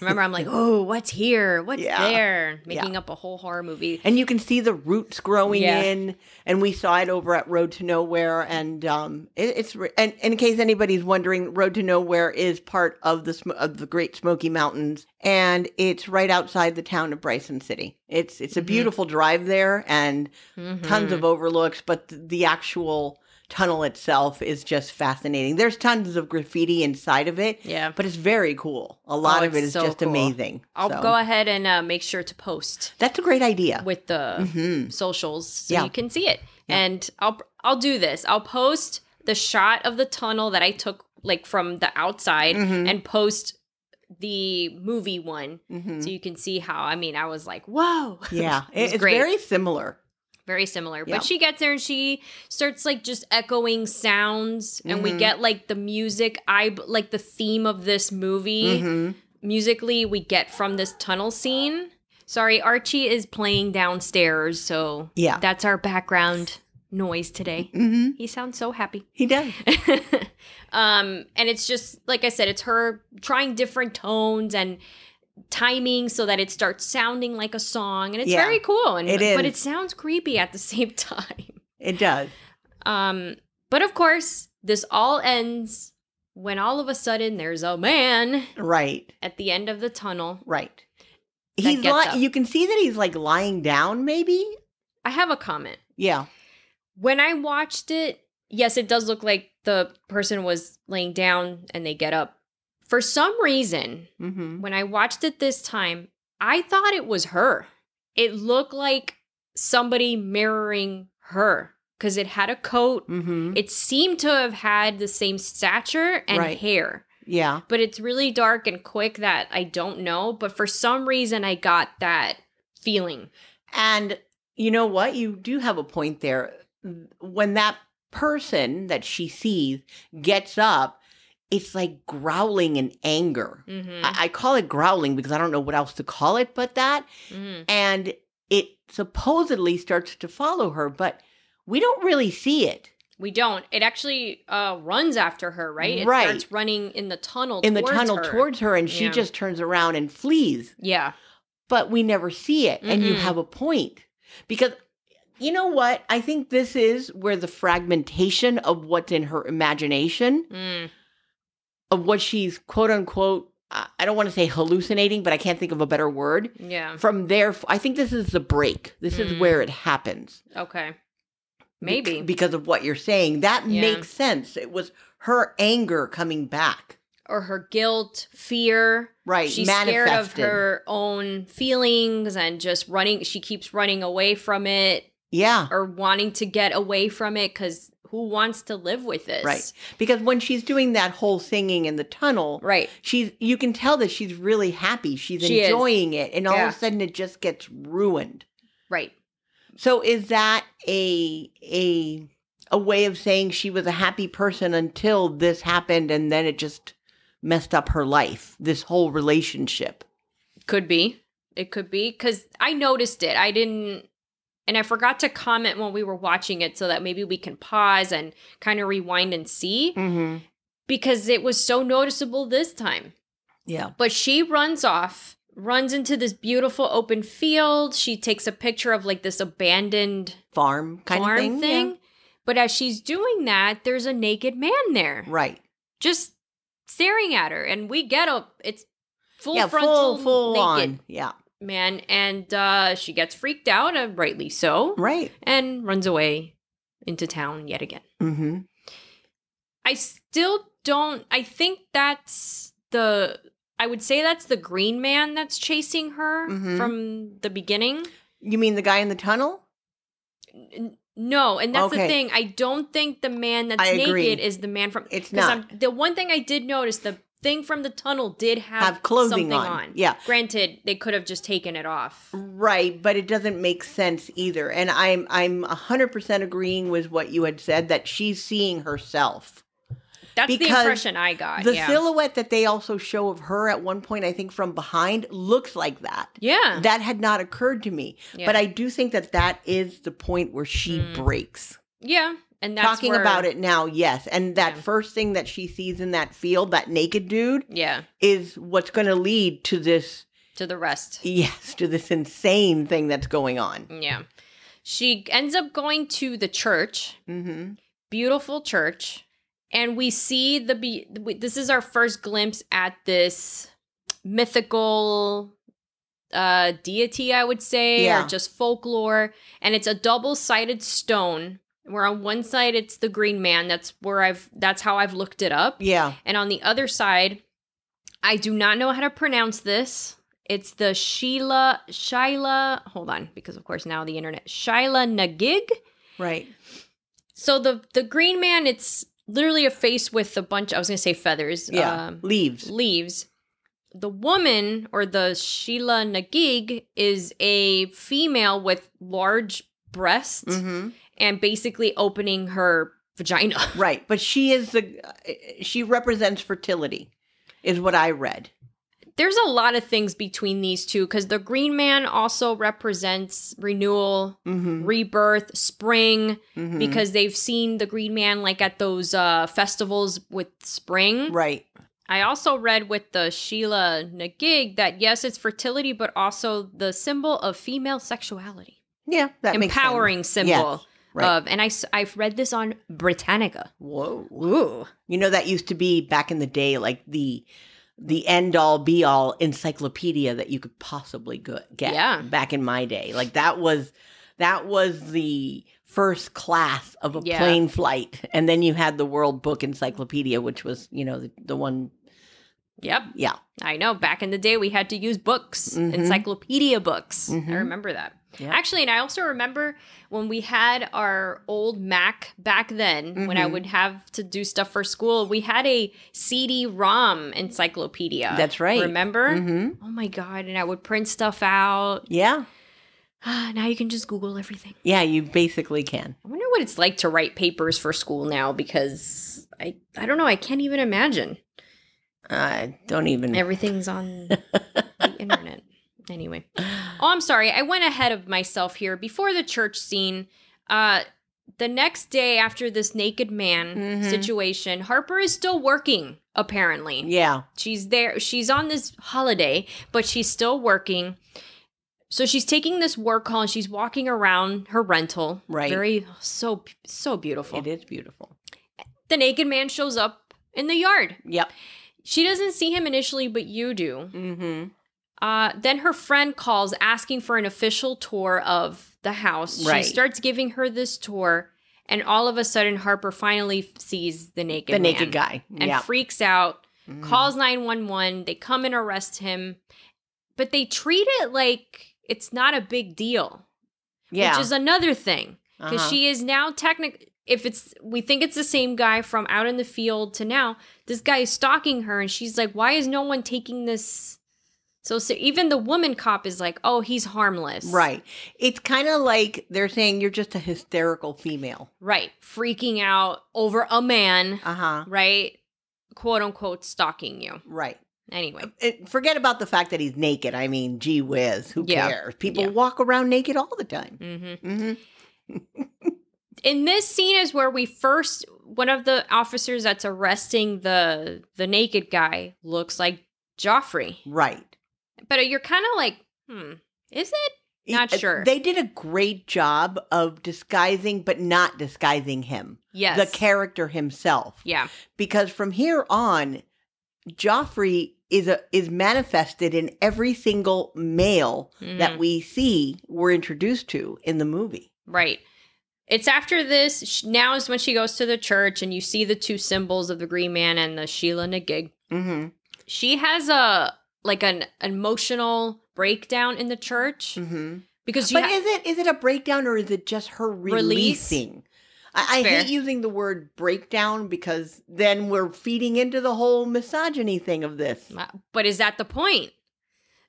Remember, I'm like, oh, what's here? What's
Yeah.
there?
Yeah.
Making up a whole horror movie.
and you can see the roots growing
Yeah.
in and we saw it over at road to nowhere and um it, it's re- and, and in case anybody's wondering road to nowhere is part of the Smo- of the great smoky mountains and it's right outside the town of bryson city it's it's a
Mhm.
beautiful drive there and tons
Mhm.
of overlooks but th- the actual tunnel itself is just fascinating there's tons of graffiti inside of it
yeah.
but it's very cool a lot
Oh,
of it
it's
is
so
just
cool.
amazing
I'll
So,
go ahead and uh, make sure to post
that's a great idea
with the
hmm
socials so
Yeah.
you can see it.
Yeah.
And I'll I'll do this. I'll post the shot of the tunnel that I took like from the outside
Mhm.
and post the movie one
hmm
so you can see how I mean I was like, "Whoa."
Yeah,
It was
it's
great.
very similar.
Very similar.
Yeah.
But she gets there and she starts like just echoing sounds and we
Mhm.
get like the music I like the theme of this movie
Mhm.
musically we get from this tunnel scene. Sorry, Archie is playing downstairs, so
Yeah,
that's our background noise today.
hmm
He sounds so happy.
he does.
um, and it's just like I said, it's her trying different tones and timing so that it starts sounding like a song, and it's
Yeah.
very cool. And
It
but
is.
it sounds creepy at the same time.
It does.
Um, but of course, this all ends when all of a sudden there's a man
Right,
at the end of the tunnel.
right.
That
He's
gets
li-
up.
you can see that he's like lying down, maybe.
I have a comment.
Yeah,
when I watched it, yes, it does look like the person was laying down and they get up. For some reason,
mm-hmm.
when I watched it this time, I thought it was her. It looked like somebody mirroring her because it had a coat.
Mm-hmm.
It seemed to have had the same stature and
Right.
hair,
yeah.
but it's really dark and quick that I don't know. But for some reason, I got that feeling.
And you know what? You do have a point there. When that person that she sees gets up, it's like growling in anger.
Mm-hmm.
I, I call it growling because I don't know what else to call it, but that
mm-hmm.
and it supposedly starts to follow her, but we don't really see it.
We don't. It actually uh, runs after her, right? It
Right.
starts running in the tunnel.
in the
towards
tunnel
her.
towards her and she
Yeah.
just turns around and flees.
Yeah.
but we never see it. And you
Mm-mm.
have a point because you know what? I think this is where the fragmentation of what's in her imagination,
Mm.
of what she's quote unquote, I I don't want to say hallucinating, but I can't think of a better word.
Yeah.
From there, I think this is the break. This is
Mm.
where it happens.
Okay.
Bec-
Maybe.
because of what you're saying. That
Yeah.
makes sense. It was her anger coming back.
or her guilt, fear.
Right.
She's scared of
manifested.
her own feelings and just running. She keeps running away from it
Yeah.
or wanting to get away from it because who wants to live with this?
Right. Because when she's doing that whole singing in the tunnel,
Right.
she's you can tell that she's really happy she's
She is.
enjoying it and all
Yeah.
of a sudden it just gets ruined
Right.
so is that a a a way of saying she was a happy person until this happened and then it just messed up her life this whole relationship
Could be. It could be because I noticed it. I didn't, and I forgot to comment when we were watching it so that maybe we can pause and kind of rewind and see
mm-hmm.
because it was so noticeable this time.
yeah
But she runs off, runs into this beautiful open field. She takes a picture of like this abandoned
farm kind
farm
of thing,
thing. But as she's doing that, there's a naked man there
Yeah. right
just staring at her. And we get a, it's full
yeah
frontal
full full
naked
on yeah
man. And uh, she gets freaked out, and rightly so,
right
and runs away into town yet again.
mm-hmm.
I still don't. I think that's the. I would say that's the green man that's chasing her
Mhm.
from the beginning.
you mean the guy in the tunnel
N- No, and that's the
Okay.
thing. I don't think the man that's
I agree.
naked is the man from.
It's
'cause I'm-
not.
the one thing I did notice the thing from the tunnel did have,
have clothing
something
on.
on.
yeah
Granted, they could have just taken it off.
Right, but it doesn't make sense either. And I'm I'm 100% agreeing with what you had said that she's seeing herself.
That's the
Because
impression I got.
the
Uh, yeah.
silhouette that they also show of her at one point I think from behind looks like that.
yeah.
That had not occurred to me,
yeah.
but I do think that that is the point where she
Mm.
breaks.
Yeah. And that's
Talking
where-
about it now, yes. And that
Yeah.
first thing that she sees in that field, that naked dude,
Yeah.
is what's going to lead to this
To the rest.
yes, to this insane thing that's going on.
Yeah. She ends up going to the church,
Mhm.
beautiful church, and we see the be- this is our first glimpse at this mythical uh deity, I would say,
Yeah.
or just folklore, and it's a double-sided stone where on one side it's the green man, that's where I've that's how I've looked it up,
Yeah.
and on the other side, I do not know how to pronounce this. It's the Sheila Shyla. Hold on, because of course now the internet Shyla Nagig.
Right.
So the the green man, it's literally a face with a bunch. I was gonna say feathers.
Yeah.
um,
Leaves.
leaves. The woman or the Sheila Nagig is a female with large breasts
hmm
and basically opening her vagina.
Right, but she is the she represents fertility, is what I read.
there's a lot of things between these two because the green man also represents renewal
Mm-hmm.
rebirth spring because they've seen the green man like at those uh festivals with spring
right,
i also read with the sheila nagig that yes it's fertility but also the symbol of female sexuality
yeah, that makes sense.
empowering symbol
Right.
of and i have read this on britannica
Whoa,
ooh
you know that used to be back in the day, like the the end all be all encyclopedia that you could possibly go- get.
Yeah.
back in my day, like that was that was the first class of a
Yeah.
plane flight, and then you had the World Book Encyclopedia, which was you know the, the one.
yep
Yeah,
I know. Back in the day, we had to use books,
Mhm.
encyclopedia books.
Mhm.
I remember that.
Yeah.
Actually, and I also remember when we had our old Mac back then, when I
Mhm.
would have to do stuff for school, we had a CD ROM encyclopedia.
that's right.
Remember?
hmm
Oh my God. And I would print stuff out.
Yeah.
now you can just Google everything.
Yeah, you basically can.
I wonder what it's like to write papers for school now because I, I don't know. I can't even imagine.
I don't even.
Everything's on the internet. Anyway. Oh, I'm sorry. I went ahead of myself here. Before the church scene, uh the next day after this naked man
Mhm.
situation, Harper is still working, apparently.
Yeah.
She's there. She's on this holiday, but she's still working. So she's taking this work call and she's walking around her rental.
Right.
Very so so beautiful.
It is beautiful.
The naked man shows up in the yard.
Yep.
She doesn't see him initially, but you do.
Mm-hmm.
Uh, then her friend calls asking for an official tour of the house.
Right.
She starts giving her this tour, and all of a sudden, Harper finally sees the naked
The
man
naked guy.
and
yeah.
freaks out.
Mhm.
calls 911 they come and arrest him but they treat it like it's not a big deal
Mm-hmm. Yeah.
which is another thing because
Uh-huh.
she is now technic if it's we think it's the same guy from out in the field to now this guy is stalking her and she's like why is no one taking this so, so even the woman cop is like oh he's harmless
Right. It's kind of like they're saying you're just a hysterical female.
right freaking out over a man
Uh huh.
right quote unquote stalking you
Right. Uh,
anyway
It, forget about the fact that he's naked. I mean, gee whiz, who
Yeah.
cares? People
Yeah.
walk around naked all the time.
mm-hmm
hmm
in this scene is where we first one of the officers that's arresting the the naked guy looks like Joffrey.
Right.
But you're kind of like, hmm, is it? Not
Uh,
sure.
They did a great job of disguising, but not disguising him,
Yes.
the character himself.
Yeah.
Because from here on, Joffrey is a, is manifested in every single male that
Mhm.
we see we're introduced to in the movie.
right. It's after this. sh- Now is when she goes to the church and you see the two symbols of the green man and the Sheila Nagig.
Mm-hmm.
She has a like an emotional breakdown in the church
Mm-hmm.
because you
But
ha-
is it is it a breakdown or is it just her
Release.
releasing? I, I
Fair.
hate using the word breakdown because then we're feeding into the whole misogyny thing of this.
Ma- But is that the point?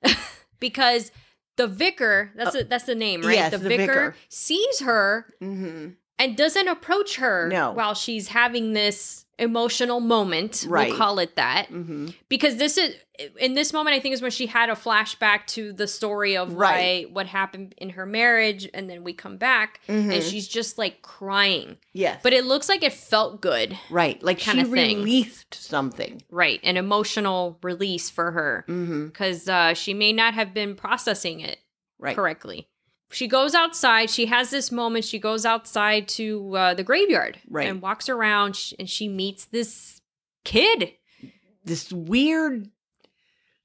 because the vicar, that's the that's the name, right?
Uh, Yes,
the,
the
vicar,
vicar.
sees her
Mm-hmm.
and doesn't approach her
No.
while she's having this emotional moment.
Right.
We'll call it that.
Mm-hmm.
Because this is in this moment I think is when she had a flashback to the story of
Right.
why what happened in her marriage and then we come back and
Mm-hmm.
she's just like crying.
yes,
But it looks like it felt good.
right, like she
kinda thing.
released something.
Right. An emotional release for her.
Mm-hmm.
because uh, she may not have been processing it
Right.
correctly. She goes outside. She has this moment. She goes outside to uh, the graveyard
Right.
and walks around, sh- and she meets this kid.
This weird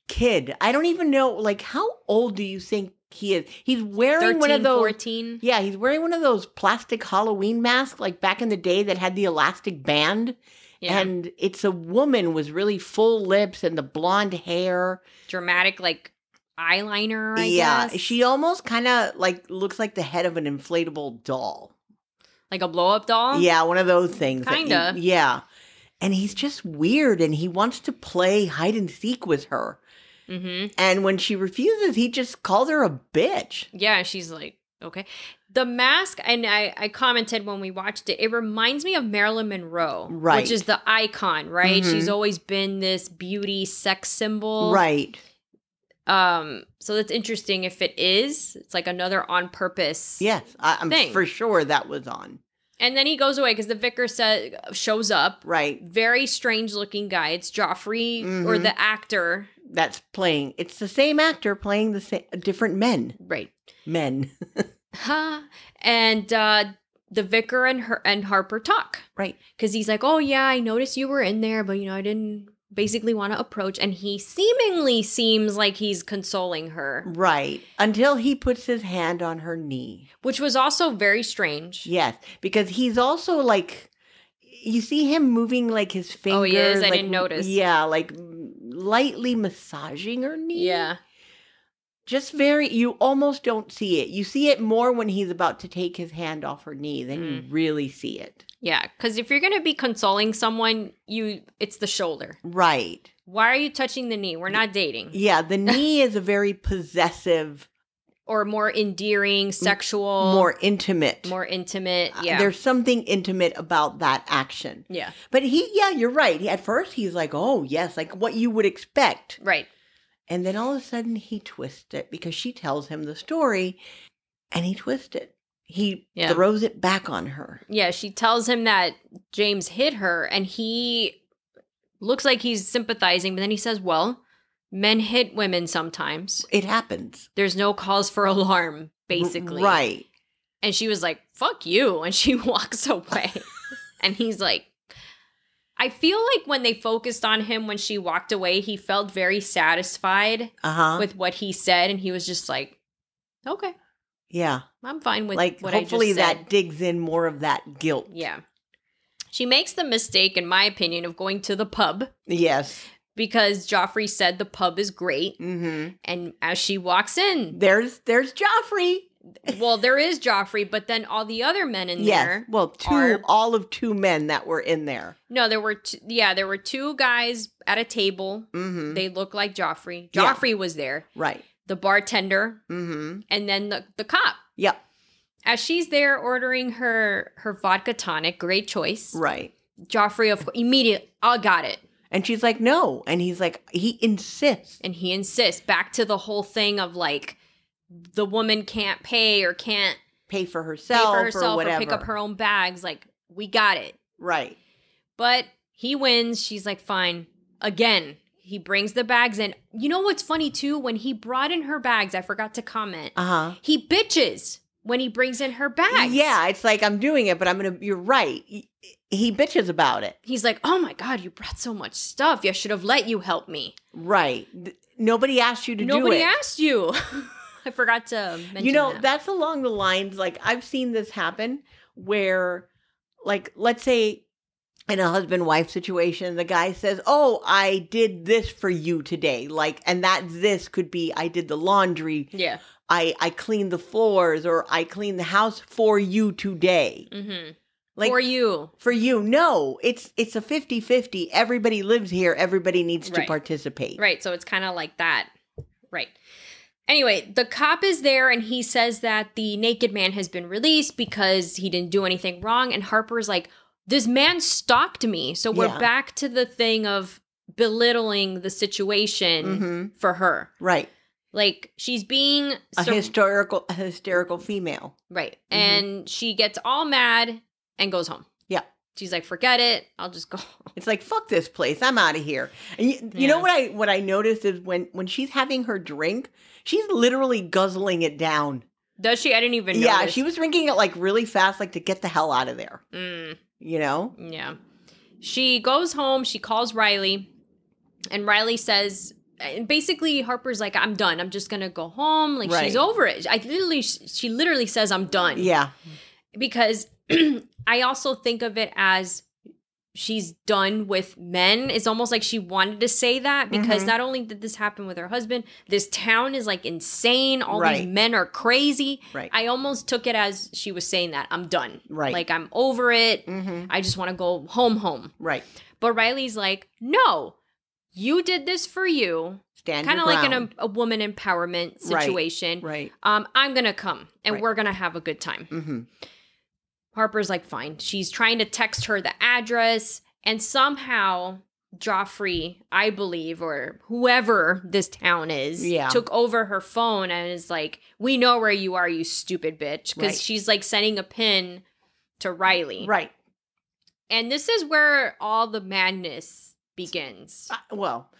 kid. I don't even know. Like, how old do you think he is? He's wearing
13,
one of those.
14.
Yeah, he's wearing one of those plastic Halloween masks, like back in the day that had the elastic band.
Yeah.
And it's a woman with really full lips and the blonde hair.
Dramatic, like eyeliner. I guess.
she almost kind of like looks like the head of an inflatable doll.
like a blow up doll.
Yeah, one of those things. that you-
Kinda.
yeah. And he's just weird and he wants to play hide and seek with her.
hmm
And when she refuses, he just calls her a bitch.
Yeah. She's like, okay. The mask, and I, I commented when we watched it, it reminds me of Marilyn Monroe,
Right.
Which is the icon, right?
Mhm.
She's always been this beauty sex symbol,
Right.
Um, so that's interesting if it is. It's like another on purpose.
Yes. I, I'm
Thing.
for sure that was on.
And then he goes away because the vicar says shows up.
Right.
Very strange looking guy. It's Joffrey or
Mhm.
the actor.
That's playing. It's the same actor playing the same different men.
Right.
Men.
Huh. And uh the vicar and her and Harper talk.
Right.
Because he's like, Oh yeah, I noticed you were in there, but you know, I didn't basically want to approach. And he seemingly seems like he's consoling her.
Right. Until he puts his hand on her knee.
Which was also very strange.
Yes. Because he's also like, you see him moving like his fingers.
Oh, he is? I
like-
didn't notice.
Yeah. Like lightly massaging her knee.
Yeah.
Just very, you almost don't see it. You see it more when he's about to take his hand off her knee than
Mm.
you really see it.
Yeah, because if you're gonna be consoling someone, you it's the shoulder.
Right.
Why are you touching the knee? We're not dating.
Yeah. The knee is a very possessive,
Or more endearing, sexual,
more intimate.
more intimate.
Uh,
Yeah,
There's something intimate about that action.
yeah,
But he, yeah, you're right. He- At first, he's like, oh, yes, like what you would expect.
right.
And then all of a sudden, he twists it because she tells him the story and he twists it. He
Yeah.
throws it back on her.
Yeah, she tells him that James hit her, and he looks like he's sympathizing, but then he says, Well, men hit women sometimes.
It happens.
There's no cause for alarm, basically.
Right.
And she was like, Fuck you. And she walks away. and he's like, I feel like when they focused on him when she walked away, he felt very satisfied
Uh huh.
with what he said, and he was just like, Okay,
yeah.
I'm fine with
Like
what
hopefully
I just said.
that digs in more of that guilt.
Yeah. She makes the mistake, in my opinion, of going to the pub
Yes.
because Joffrey said the pub is great.
hmm
And as she walks in,
There's there's Joffrey.
well, there is Joffrey, but then all the other men in
yes.
there.
Well, two
are-
all of two men that were in there.
No, there were, t- yeah, there were two guys at a table.
Mm-hmm.
They look like Joffrey.
Yeah.
Joffrey was there,
right.
the bartender,
Mm-hmm.
and then the, the cop.
Yep.
As she's there ordering her her vodka tonic, great choice.
Right.
Joffrey, of immediate, I got it.
And she's like, no. And he's like, he insists.
and he insists back to the whole thing of like the woman can't pay or can't
Pay for
pay
herself,
for
or
herself or,
whatever.
pick up her own bags like we got it
Right.
but he wins she's like fine again he brings the bags in you know what's funny too when he brought in her bags i forgot to comment
Uh
he bitches when he brings in her
huh.
bags
Yeah. It's like I'm doing it, but I'm gonna. You're right. He, he bitches about it.
he's like oh my god you brought so much stuff i should have let you help me
Right. Th- Nobody asked you to
nobody
do it.
asked you i forgot to mention
you know
that.
that's along the lines like i've seen this happen where like let's say in a husband wife situation the guy says oh i did this for you today like and that this could be i did the laundry
yeah
i i cleaned the floors or i cleaned the house for you today
mm-hmm.
like
for you
for you no it's it's a 50-50 everybody lives here everybody needs to
Right.
participate
Right. So it's kind of like that. Right. Anyway, the cop is there and he says that the naked man has been released because he didn't do anything wrong. And Harper's like, this man stalked me. So we're
Yeah.
back to the thing of belittling the situation
hmm
for her.
right
Like she's being
a
sur-
historical a hysterical female
right.
Mhm.
And she gets all mad and goes home.
Yeah.
She's like, forget it. I'll just go.
It's like fuck this place. I'm out of here. And you, you know
Yeah.
what I what I noticed is when when she's having her drink, she's literally guzzling it down.
Does she? I didn't even know.
yeah, she was drinking it like really fast, like to get the hell out of there.
Mm.
You know?
Yeah. She goes home, she calls Riley, and Riley says, and basically Harper's like, I'm done. I'm just going to go home. Like, she's
Right.
over it. I literally, she literally says, I'm done.
Yeah,
Because I also think of it as she's done with men. It's almost like she wanted to say that because
Mhm.
not only did this happen with her husband, this town is like insane. All
Right.
these men are crazy.
right,
I almost took it as she was saying that I'm done.
right,
Like, I'm over it.
mm-hmm.
I just want to go home, home.
right.
But Riley's like, no, you did this for you.
Stand
Kind of like an,
a
a woman empowerment
Right.
situation.
right.
Um, I'm going to come and
Right.
we're going to have a good time.
Mm-hmm.
Harper's like, fine. She's trying to text her the address. And somehow, Joffrey, I believe, or whoever this town is,
Yeah.
took over her phone and is like, we know where you are, you stupid bitch. Because
Right.
she's like sending a pin to Riley.
Right.
And this is where all the madness begins.
Uh, well,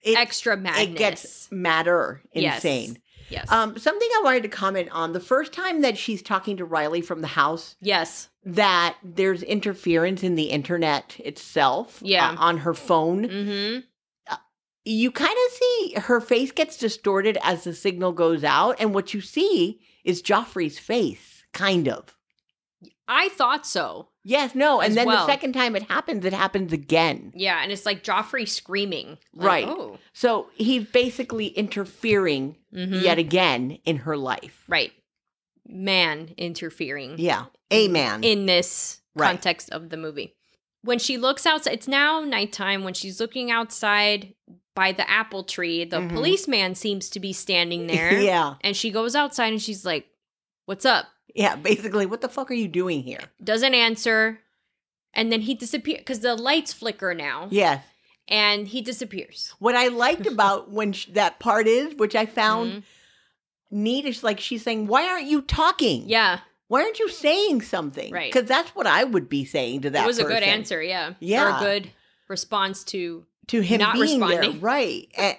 it
extra madness.
it gets madder
Yes.
insane.
yes.
Um, something I wanted to comment on the first time that she's talking to Riley from the house.
yes.
that there's interference in the internet itself
Yeah.
uh, on her phone
Mm-hmm.
you kind of see her face gets distorted as the signal goes out and what you see is joffrey's face kind of
I thought so.
yes no
As
and then
well.
the second time it happens it happens again
Yeah, and it's like Joffrey screaming. Like,
Right.
Oh.
so he's basically interfering
Mhm.
yet again in her life
Right. Man interfering
yeah amen
Mm-hmm. in this
Right.
context of the movie. When she looks outside, it's now nighttime. When she's looking outside by the apple tree, the
Mhm.
policeman seems to be standing there.
yeah
And she goes outside and she's like, What's up?
yeah basically what the fuck are you doing here
doesn't answer and then he disappears because the lights flicker now
yes
and he disappears
what i liked about when sh- that part is which i found
Mhm.
neat is like she's saying, Why aren't you talking?
yeah
why aren't you saying something?
Right.
Because that's what I would be saying to that.
it was a good
person.
answer, yeah. Or
Yeah.
a good response to
to him
Not
being there,
responding.
right?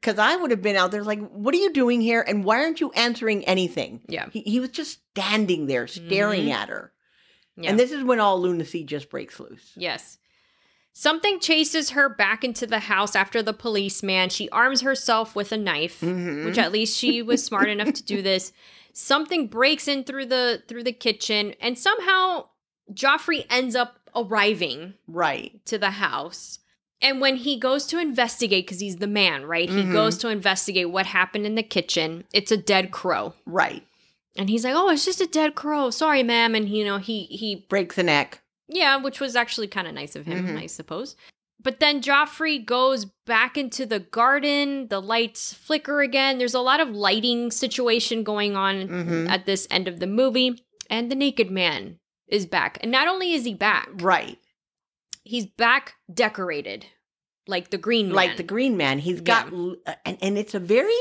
Because I would have been out there like, "What are you doing here? And why aren't you answering anything?"
Yeah.
He, he was just standing there, staring
Mhm.
at her.
yeah.
And this is when all lunacy just breaks loose.
Yes. Something chases her back into the house after the policeman. She arms herself with a knife,
Mhm.
which at least she was smart enough to do this. Something breaks in through the through the kitchen and somehow Joffrey ends up arriving
Right.
to the house. And when he goes to investigate cuz he's the man, right?
Mhm.
He goes to investigate what happened in the kitchen. It's a dead crow.
Right.
And he's like, "Oh, it's just a dead crow. Sorry, ma'am." And you know, he he
Breaks the neck.
yeah, which was actually kind of nice of him,
Mhm.
I suppose. But then Joffrey goes back into the garden. The lights flicker again. There's a lot of lighting situation going on
Mhm.
at this end of the movie. And the naked man is back. And not only is he back,
Right.
he's back decorated like the green man.
Like the green man. He's got, l- uh, and, and it's a very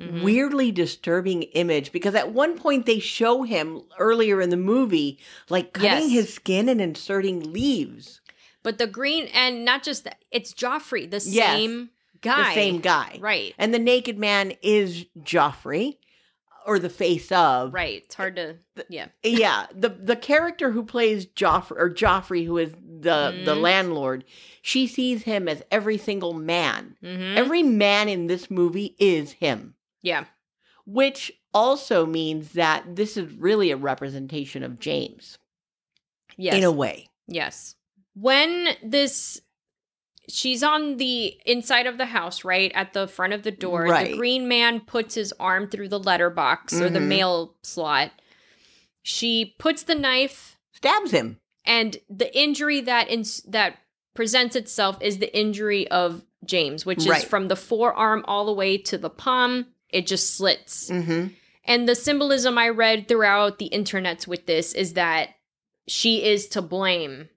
Mhm.
weirdly disturbing image because at one point they show him earlier in the movie, like cutting
Yes.
his skin and inserting leaves.
But the green, and not just that, it's Joffrey, the
Yes.
same guy.
The same guy.
Right,
And the naked man is Joffrey or the face of.
right. It's hard to, yeah.
Yeah, the the character who plays Joffrey or Joffrey who is the the
Mhm.
landlord, she sees him as every single man.
hmm
Every man in this movie is him,
yeah.
which also means that this is really a representation of James
Yes.
in a way.
Yes. When this she's on the inside of the house, right? At the front of the door,
Right.
the green man puts his arm through the letterbox or the
Mhm.
mail slot. She puts the knife
Stabs him.
and the injury that ins that presents itself is the injury of James, which
Right.
is from the forearm all the way to the palm. It just slits.
Mhm.
Mm-hmm. And the symbolism I read throughout the internets with this is that she is to blame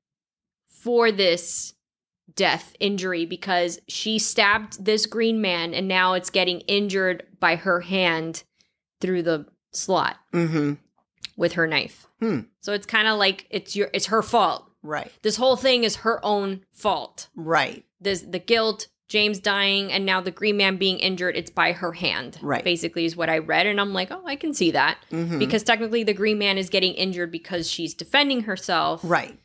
for this death injury because she stabbed this green man and now it's getting injured by her hand through the slot Mm-hmm.
Mhm.
with her knife.
Hmm.
So it's kind of like it's your it's her fault.
Right.
This whole thing is her own fault.
Right.
This the guilt, James dying and now the green man being injured, it's by her hand.
Right.
Basically is what I read and I'm like, "Oh, I can see that."
Mhm.
because technically the green man is getting injured because she's defending herself.
right.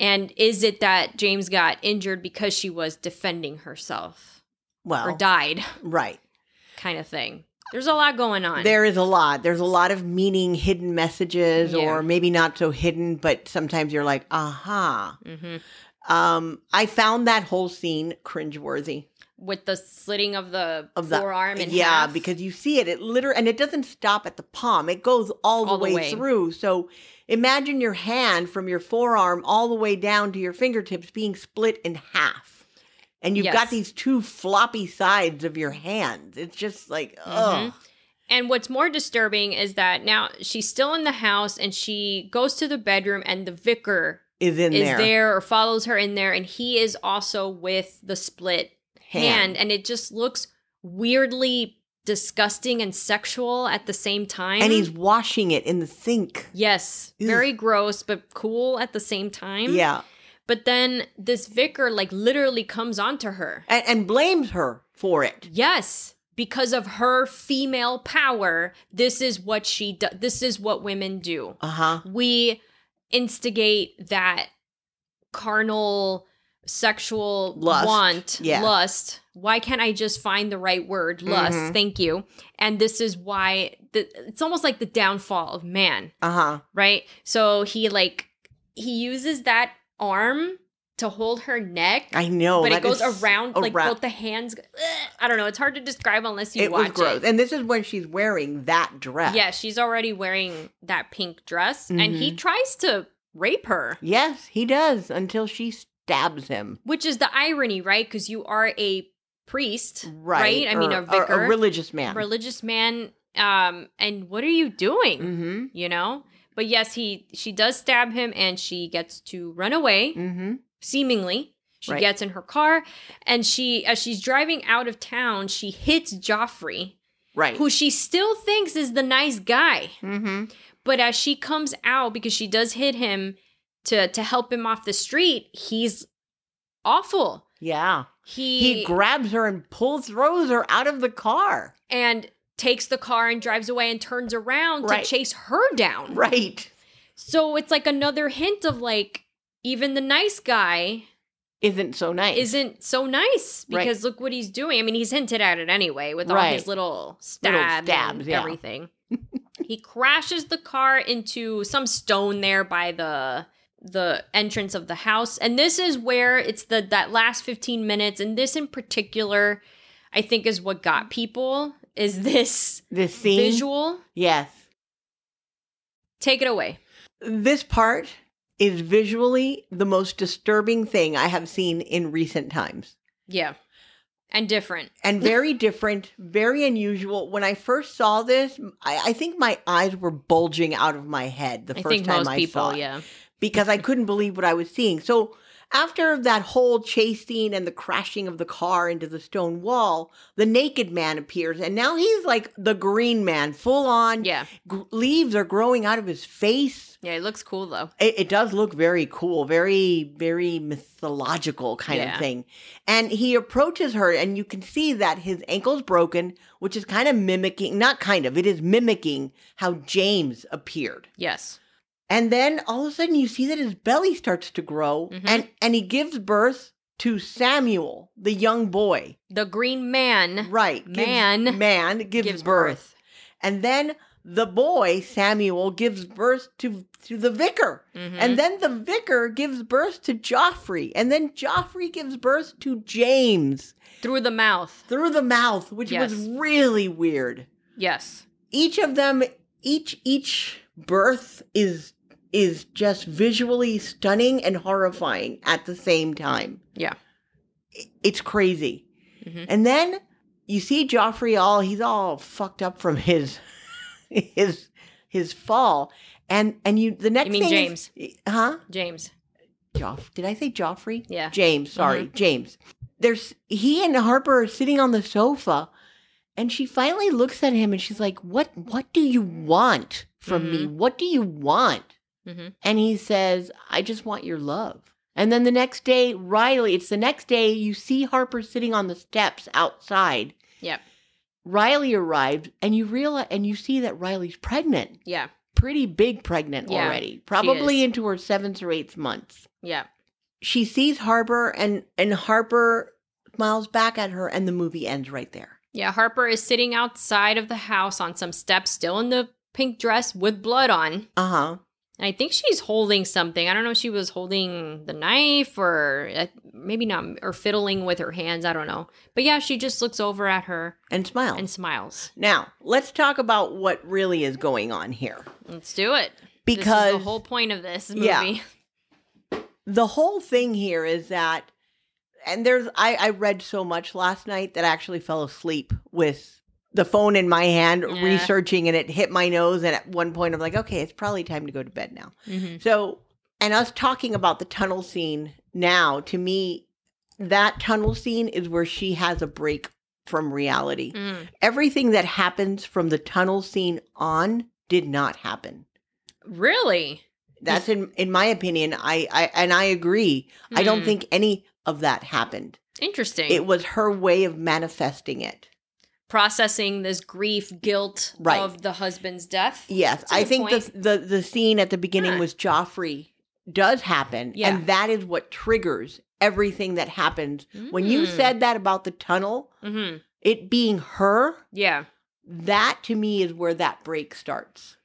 And is it that James got injured because she was defending herself
Well,
or died
right.
kind of thing? There's a lot going on.
There is a lot. There's a lot of meaning, hidden messages,
Yeah.
or maybe not so hidden, but sometimes you're like, aha.
Mhm.
Um, I found that whole scene cringeworthy.
With the slitting of the
Of the-
forearm and
yeah, because you see it, it literally, and it doesn't stop at the palm. It goes all the,
All the
way,
way.
through. So imagine your hand from your forearm all the way down to your fingertips being split in half. And you've got
Yes.
these two floppy sides of your hands. It's just like,
Mhm.
ugh.
And what's more disturbing is that now she's still in the house and she goes to the bedroom and the vicar
Is in
is
there.
there or follows her in there and he is also with the split hand and it just looks weirdly disgusting and sexual at the same time.
And he's washing it in the sink.
yes,
Ugh.
very gross but cool at the same time.
Yeah.
But then this vicar like literally comes onto her.
And, and blames her for it.
Yes, because of her female power, this is what she does. This is what women do.
Uh huh.
We instigate that carnal sexual
Lust.
want
Yeah.
lust why can't i just find the right word lust
Mhm.
thank you and this is why the, it's almost like the downfall of man
Uh huh.
right so he like he uses that arm to hold her neck
I know.
but it
that
goes
is
around like
around-
both the hands Ugh, i don't know it's hard to describe unless you
It was
watch
gross.
it
And this is when she's wearing that dress.
yeah she's already wearing that pink dress and
Mm-hmm.
he tries to rape her
Yes, he does until she stabs him.
which is the irony, right? Because you are a priest,
Mm, Right.
I mean,
or-
a
or
vicar,
a religious man.
religious man, um, and what are you doing?
mm
You know. But yes, he she does stab him, and she gets to run away.
hmm. Mm hmm.
Seemingly, she
Right.
gets in her car, and she as she's driving out of town, she hits Joffrey,
Right.
who she still thinks is the nice guy.
Mm hmm.
But as she comes out, because she does hit him to to help him off the street, he's awful.
Yeah.
He,
He grabs her and pulls, throws her out of the car.
and takes the car and drives away and turns around
Right.
to chase her down.
Right.
So it's like another hint of like even the nice guy
Isn't so nice.
isn't so nice
Right.
because look what he's doing. I mean, he's hinted at it anyway with all
Right.
his little stabs,
stabs,
and
yeah.
everything. he crashes the car into some stone there by the the entrance of the house, and this is where it's the that last fifteen minutes, and this in particular, I think, is what got people. Is this
this scene.
visual?
Yes.
Take it away.
This part is visually the most disturbing thing I have seen in recent times.
Yeah, and different.
And very different, very unusual. When I first saw this, I, I think my eyes were bulging out of my head the
I
first
think
time
most
I
people.
saw it.
Yeah,
because I couldn't believe what I was seeing. So after that whole chase scene and the crashing of the car into the stone wall, the naked man appears, and now he's like the green man, full on.
yeah,
G- leaves are growing out of his face.
yeah. It looks cool though.
It, it does look very cool, very, very mythological kind
Yeah.
of thing. And he approaches her, and you can see that his ankle's broken, which is kind of mimicking, not kind of, it is mimicking how James appeared.
Yes.
And then all of a sudden you see that his belly starts to grow
Mhm.
and and he gives birth to Samuel, the young boy.
The green man
Right. gives-
Man
man gives, birth. And then the boy Samuel gives birth to to the vicar.
Mhm.
And then the vicar gives birth to Joffrey. And then Joffrey gives birth to James
through the mouth.
through the mouth, which
Yes.
was really weird.
Yes.
each of them each each birth is is just visually stunning and horrifying at the same time
Yeah.
I- it's crazy
Mhm.
and then you see joffrey all he's all fucked up from his his his fall and and you the next
mean
thing
James.
is, huh
James.
Joff did i say joffrey
Yeah.
James, sorry, James. There's he and Harper are sitting on the sofa and she finally looks at him and she's like, "What what do you want from me?
Mm-hmm.
What do you want?"
hmm
And he says, "I just want your love." And then the next day, Riley, it's the next day you see Harper sitting on the steps outside.
Yep.
Riley arrives and you realize and you see that Riley's pregnant.
Yeah.
Pretty big pregnant
Yeah,
already. Probably
is.
into her 7th or 8th months
Yeah.
she sees Harper and and Harper smiles back at her and the movie ends right there.
Yeah. Harper is sitting outside of the house on some steps, still in the pink dress with blood on.
Uh-huh.
And I think she's holding something. I don't know if she was holding the knife or uh, maybe not, or fiddling with her hands. I don't know. But yeah, she just looks over at her
And smiles.
and smiles.
now, let's talk about what really is going on here.
Let's do it. This is
Because
the whole point of this movie.
Yeah. the whole thing here is that and there's I, I read so much last night that I actually fell asleep with the phone in my hand
Yeah.
researching and it hit my nose and at one point I'm like, okay, it's probably time to go to bed now.
Mhm.
So, and us talking about the tunnel scene now, to me, that tunnel scene is where she has a break from reality.
Mm.
Everything that happens from the tunnel scene on did not happen.
Really?
That's in in my opinion. I, I and I agree. I don't
Hmm.
think any of that happened.
Interesting.
It was her way of manifesting it.
processing this grief, guilt
Right.
of the husband's death.
Yes,
a
I
good
think the, the the scene at the beginning
Huh.
with Joffrey does happen,
Yeah.
and that is what triggers everything that happens. When you said that about the tunnel,
Hmm. mm-hmm.
it being her,
yeah,
that to me is where that break starts.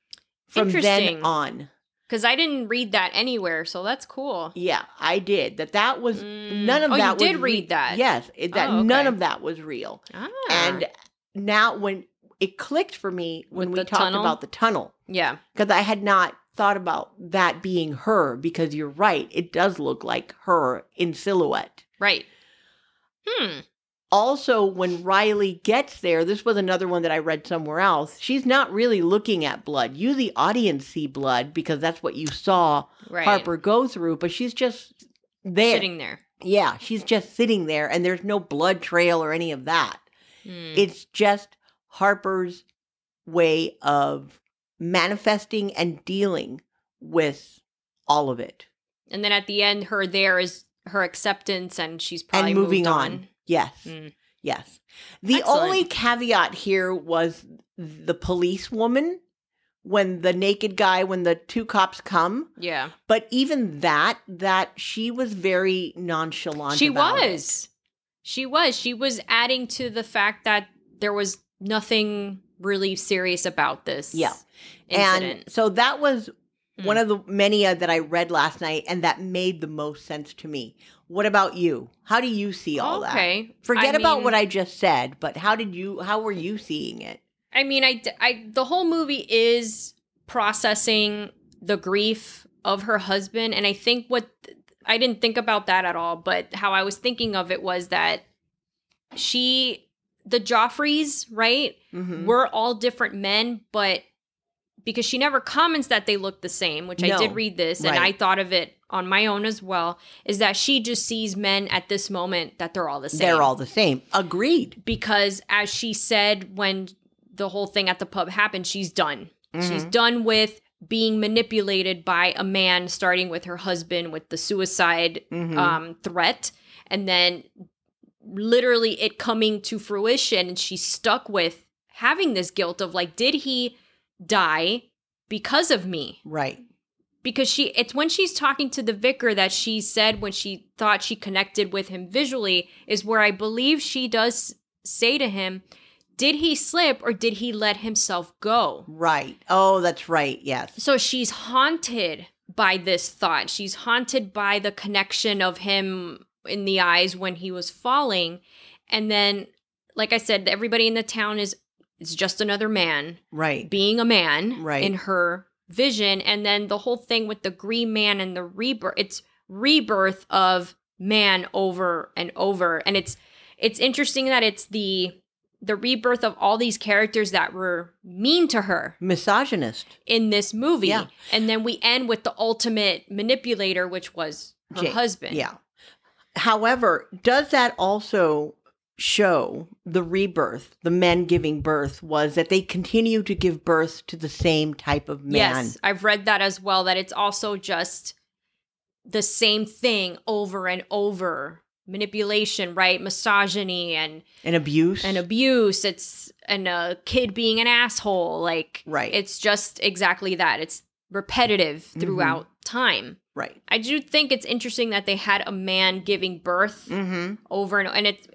From
Interesting.
then on,
because I didn't read that anywhere, so that's cool.
yeah, I did that. That was
Mm.
none of
Oh, you
that.
did
was
read that?
Yes, it, that
Oh, okay.
none of that was real.
Ah.
And now when it clicked for me when
With
we
the
talked
tunnel?
about the tunnel.
yeah,
because I had not thought about that being her because you're right, it does look like her in silhouette.
right. Hmm.
Also, when Riley gets there, this was another one that I read somewhere else. She's not really looking at blood. You, the audience, see blood because that's what you saw
Right.
Harper go through, but she's just there.
sitting there.
Yeah, she's just sitting there, and there's no blood trail or any of that.
Hmm.
It's just Harper's way of manifesting and dealing with all of it
And then at the end, her there is her acceptance, and she's probably
and moving
moved
on. Yes.
Mm.
Yes. The
Excellent.
only caveat here was the police woman when the naked guy when the two cops come,
Yeah,
but even that that she was very nonchalant
she
about it.
was. She was. She was adding to the fact that there was nothing really serious about this.
Yeah.
incident.
And so that was
Mm.
one of the many uh, that I read last night, and that made the most sense to me. What about you? How do you see all that?
okay.
Forget about
mean-
what I just said, but how did you? How were you seeing it?
I mean, I, d- I- the whole movie is processing the grief of her husband, and I think what I didn't think about that at all, but how I was thinking of it was that she, the Joffreys, right,
Mhm.
were all different men, but because she never comments that they look the same, which I
No.
did read this and I
Right.
thought of it on my own as well, is that she just sees men at this moment that they're all the same
They're all the same. Agreed.
because as she said when the whole thing at the pub happened she's done she's
Mhm.
done with being manipulated by a man starting with her husband with the suicide
Mhm.
um, threat and then literally it coming to fruition and she's stuck with having this guilt of like did he die because of me
right.
because she it's when she's talking to the vicar that she said when she thought she connected with him visually is where i believe she does say to him did he slip or did he let himself go
Right. Oh, that's right. Yes.
so she's haunted by this thought she's haunted by the connection of him in the eyes when he was falling and then like i said everybody in the town is it's just another man
Right.
being a man
Right.
in her vision and then the whole thing with the green man and the rebirth it's rebirth of man over and over and it's it's interesting that it's the the rebirth of all these characters that were mean to her
Misogynist.
in this movie
Yeah.
and then we end with the ultimate manipulator which was her
Jake,
husband
Yeah. However, does that also show the rebirth, the men giving birth, was that they continue to give birth to the same type of man?
Yes, I've read that as well. That it's also just the same thing over and over manipulation, right? Misogyny and
And abuse.
and abuse. It's and a kid being an asshole. Like
Right.
it's just exactly that. It's repetitive
Mhm.
throughout time.
right.
I do think it's interesting that they had a man giving birth
Mm-hmm.
over and and it.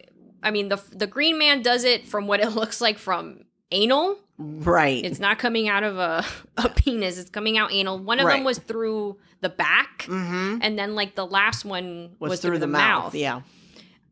I mean the the green man does it from what it looks like from anal
Right.
it's not coming out of a, a penis. It's coming out anal. One of
Right.
them was through the back,
mm-hmm.
and then like the last one
Was, through, the, mouth. Yeah.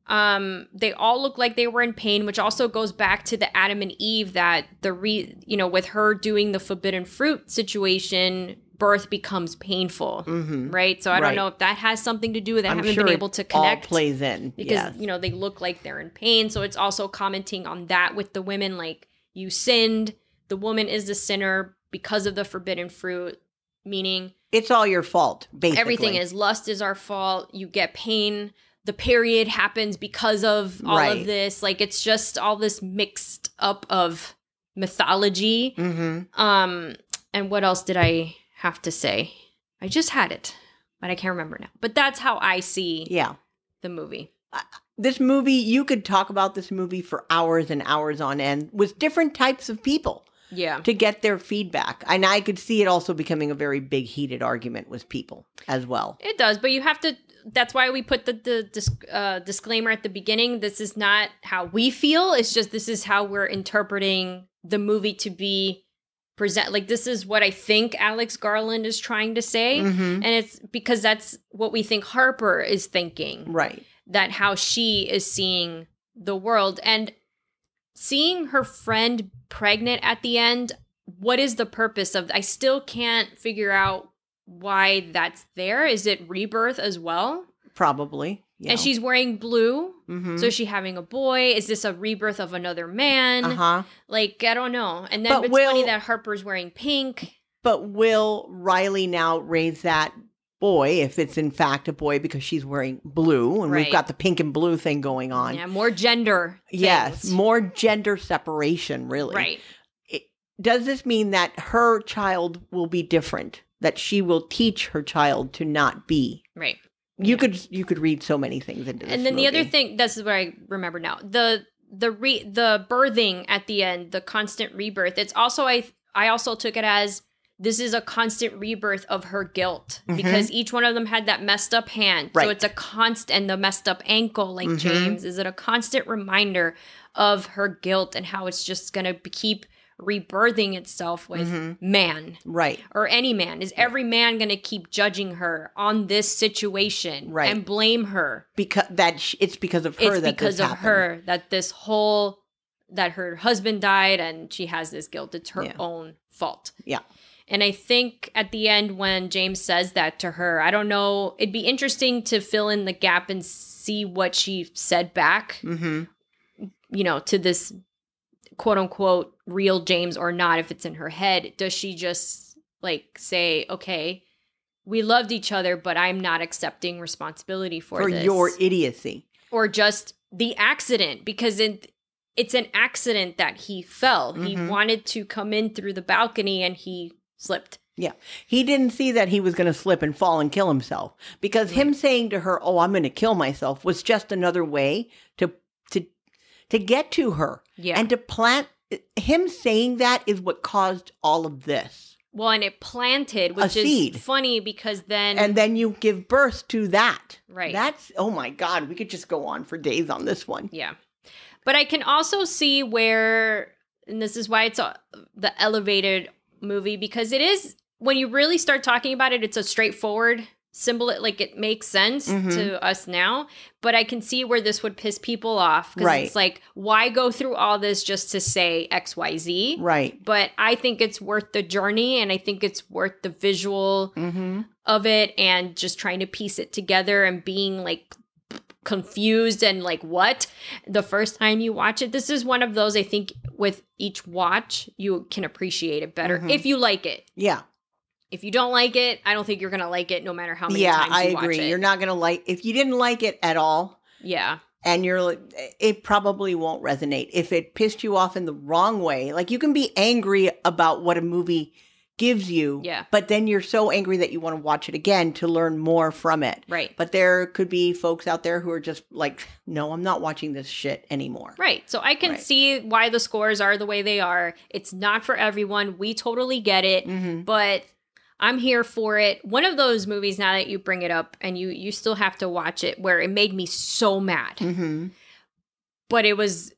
Um, they all looked like they were in pain, which also goes back to the Adam and Eve that the re you know with her doing the forbidden fruit situation, birth becomes painful,
Mm-hmm.
right? So I
Right.
don't know if that has something to do with. It. I
I'm
haven't
sure
been
it
able to
All
connect
plays in.
because
yes.
you know they look like they're in pain so it's also commenting on that with the women like you sinned the woman is the sinner because of the forbidden fruit meaning
it's all your fault, basically.
everything is lust is our fault you get pain the period happens because of all
Right.
of this like it's just all this mixed up of mythology
Mm-hmm.
um and what else did i have to say i just had it but i can't remember now but that's how i see
Yeah.
the movie
This movie, you could talk about this movie for hours and hours on end with different types of people.
yeah
to get their feedback. And I could see it also becoming a very big heated argument with people as well.
It does, but you have to. That's why we put the the dis, uh, disclaimer at the beginning. This is not how we feel. It's just this is how we're interpreting the movie to be present. Like this is what I think Alex Garland is trying to say,
Mm-hmm.
and it's because that's what we think Harper is thinking.
Right.
That how she is seeing the world and seeing her friend pregnant at the end. What is the purpose of? I still can't figure out why that's there. Is it rebirth as well?
Probably. Yeah.
And she's wearing blue.
mm-hmm.
So is she having a boy? Is this a rebirth of another man?
uh-huh.
Like I don't know. And then
But
it's
will-
funny that Harper's wearing pink.
But will Riley now raise that boy if it's in fact a boy because she's wearing blue and we've
Right.
got the pink and blue thing going on?
Yeah, more gender.
Yes,
things.
more gender separation really.
Right.
It- does this mean that her child will be different? That she will teach her child to not be?
Right.
You could you could read so many things into this.
and then the other
movie.
thing this is what i remember now the the re the birthing at the end the constant rebirth it's also i i also took it as this is a constant rebirth of her guilt because each one of them had that messed up hand so
Mm-hmm. Right.
it's a constant and the messed up ankle like
Mhm.
james is it a constant reminder of her guilt and how it's just gonna be- keep rebirthing itself with
Mhm.
man
right?
or any man is every man gonna keep judging her on this situation
Right.
and blame her
Because that sh- it's because of her.
it's
that
because
this
of
happened.
her that this whole that her husband died and she has this guilt it's her
Yeah.
own fault
Yeah.
and i think at the end when james says that to her i don't know it'd be interesting to fill in the gap and see what she said back
Mhm.
you know to this quote unquote real james or not if it's in her head does she just like say okay we loved each other but i'm not accepting responsibility for,
for
this
your idiocy.
or just the accident because it, it's an accident that he fell. He
Mhm.
wanted to come in through the balcony and he slipped.
He didn't see that he was going to slip and fall and kill himself because him saying to her, "Oh, I'm going to kill myself," was just another way to to to get to her
Yeah.
and to plant. Him saying that is what caused all of this,
well, and it planted, which
seed.
is funny because then
and then you give birth to that.
Right.
That's oh my god, we could just go on for days on this one.
yeah. But I can also see where and this is why it's a, the elevated movie because it is when you really start talking about it it's a straightforward symbol it like it makes sense
Mhm.
to us now but i can see where this would piss people off because
Right.
it's like why go through all this just to say xyz
Right.
but i think it's worth the journey and i think it's worth the visual
Mm-hmm.
of it and just trying to piece it together and being like confused and like what the first time you watch it this is one of those i think with each watch you can appreciate it better
Mhm.
if you like it
Yeah.
if you don't like it i don't think you're gonna like it no matter how many
Yeah,
times
I
you watch
agree.
it
You're not going to like if you didn't like it at all,
yeah
and you're like- it probably won't resonate if it pissed you off in the wrong way like you can be angry about what a movie gives you
Yeah.
but then you're so angry that you want to watch it again to learn more from it
right
but there could be folks out there who are just like no i'm not watching this shit anymore
Right. So I can
Right.
see why the scores are the way they are. It's not for everyone. We totally get it,
Mhm.
but I'm here for it. One of those movies now that you bring it up and you you still have to watch it where it made me so mad.
mhm
But it was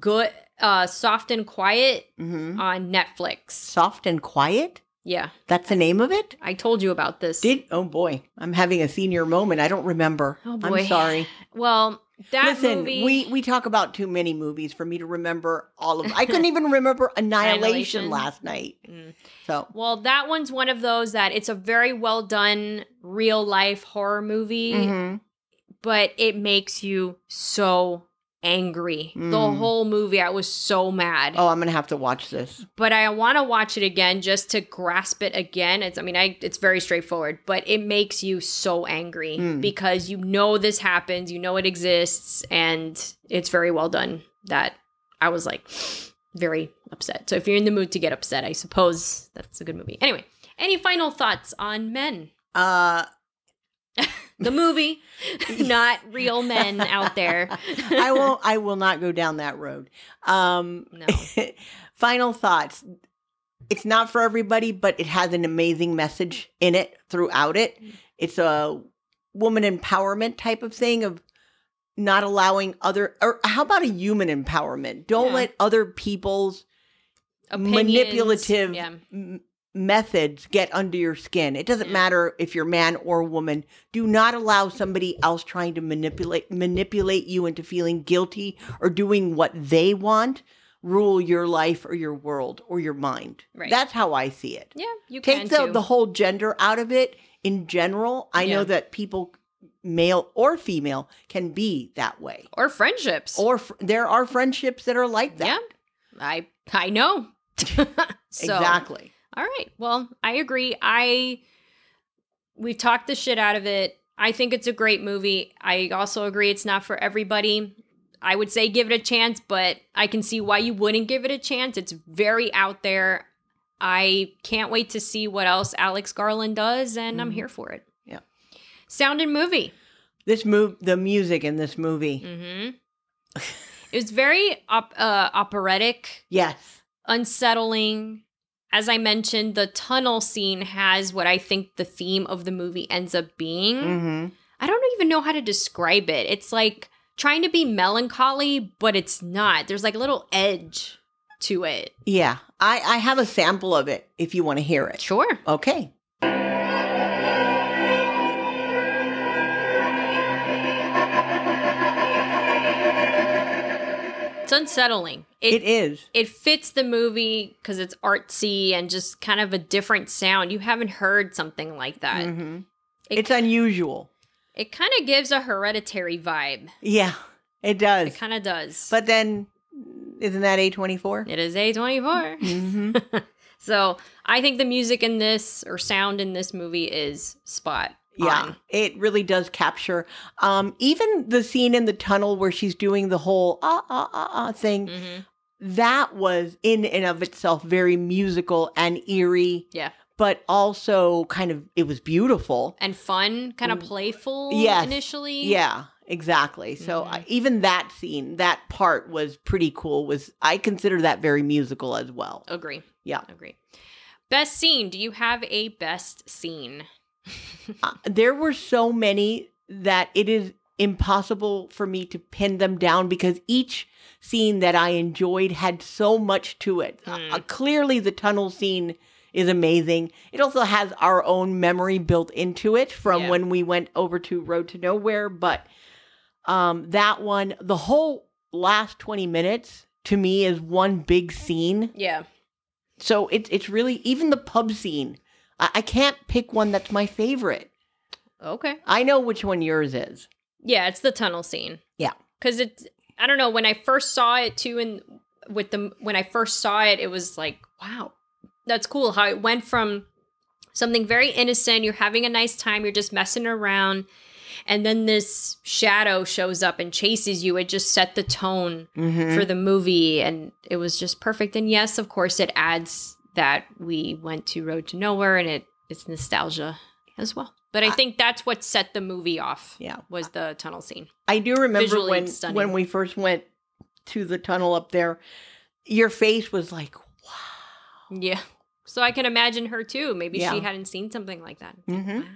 good uh soft and quiet
mhm
on Netflix.
soft and quiet
Yeah.
that's the name of it
I told you about this.
did oh boy i'm having a senior moment i don't remember
Oh, boy.
i'm sorry
well, that
Listen,
movie
we we talk about too many movies for me to remember all of. I couldn't even remember Annihilation,
Annihilation.
last night.
Mm.
So
Well, that one's one of those that it's a very well done real life horror movie.
mhm,
but it makes you so angry. The
Mm.
whole movie, I was so mad.
oh, I'm gonna have to watch this.
But I want to watch it again just to grasp it again. It's, I mean, I, it's very straightforward, but it makes you so angry
Mm.
because you know this happens, you know it exists, and it's very well done. That I was like very upset. So if you're in the mood to get upset, I suppose that's a good movie. Anyway, any final thoughts on men?
Uh,
The movie, not real men out there.
I won't. I will not go down that road. Um,
No.
final thoughts. It's not for everybody, but it has an amazing message in it throughout it. It's a woman empowerment type of thing of not allowing other or how about a human empowerment? Don't
Yeah.
let other people's
Opinions,
manipulative
Yeah.
m- methods get under your skin. It doesn't
Yeah.
matter if you're man or woman. Do not allow somebody else trying to manipulate manipulate you into feeling guilty or doing what they want rule your life or your world or your mind.
Right.
That's how I see it.
Yeah, you can
Take the
too.
the whole gender out of it in general. I
Yeah.
know that people male or female can be that way.
or friendships.
Or fr- there are friendships that are like that.
yeah, I I know. so,
Exactly.
All right. Well, I agree. I we've talked the shit out of it. I think it's a great movie. I also agree it's not for everybody. I would say give it a chance, but I can see why you wouldn't give it a chance. It's very out there. I can't wait to see what else Alex Garland does, and I'm
Mhm.
here for it.
Yeah.
Sound and movie.
This move, the music in this movie.
Mm-hmm. it was very op- uh, operatic,
Yes.
unsettling. As I mentioned, the tunnel scene has what I think the theme of the movie ends up being.
hmm
I don't even know how to describe it. It's like trying to be melancholy, but it's not. There's like a little edge to it.
Yeah. I, I have a sample of it if you want to hear it.
Sure.
Okay.
It's unsettling.
it is.
it fits the movie because it's artsy and just kind of a different sound. You haven't heard something like that.
Mhm.
It-
it's unusual.
It kind of gives a hereditary vibe.
Yeah, it does.
It kind of does.
but then, isn't that A24?
it is A24.
hmm
So I think the music in this or sound in this movie is spot.
Yeah,
on.
it really does capture. Um, even the scene in the tunnel where she's doing the whole ah ah ah ah thing,
Mhm.
that was in and of itself very musical and eerie.
Yeah.
But also kind of, it was beautiful.
And fun, kind of playful
Mm. Yes.
initially.
Yeah, exactly. So
Mhm.
I, even that scene, that part was pretty cool. Was I consider that very musical as well?
Agree.
Yeah.
Agree. Best scene. Do you have a best scene?
Uh, there were so many that it is impossible for me to pin them down because each scene that I enjoyed had so much to it. Uh,
Mm.
Uh, clearly, the tunnel scene is amazing. It also has our own memory built into it from
Yeah.
when we went over to Road to Nowhere, but um, that one, the whole last 20 minutes to me is one big scene.
Yeah.
So it's it's really even the pub scene. I, I can't pick one that's my favorite.
Okay.
I know which one yours is.
Yeah, it's the tunnel scene.
Yeah.
Cuz it's I don't know, when I first saw it too and with the when I first saw it it was like, wow. That's cool how it went from something very innocent, you're having a nice time, you're just messing around and then this shadow shows up and chases you. It just set the tone
Mm-hmm.
for the movie and it was just perfect and yes, of course it adds that we went to Road to Nowhere and it it's nostalgia as well. But I
I-
think that's what set the movie off
Yeah,
was the tunnel scene.
I do remember
Visually
when
stunning.
when we first went to the tunnel up there. Your face was like,
Yeah. So I can imagine her too. Maybe
Yeah.
she hadn't seen something like that.
Mhm.
Wow.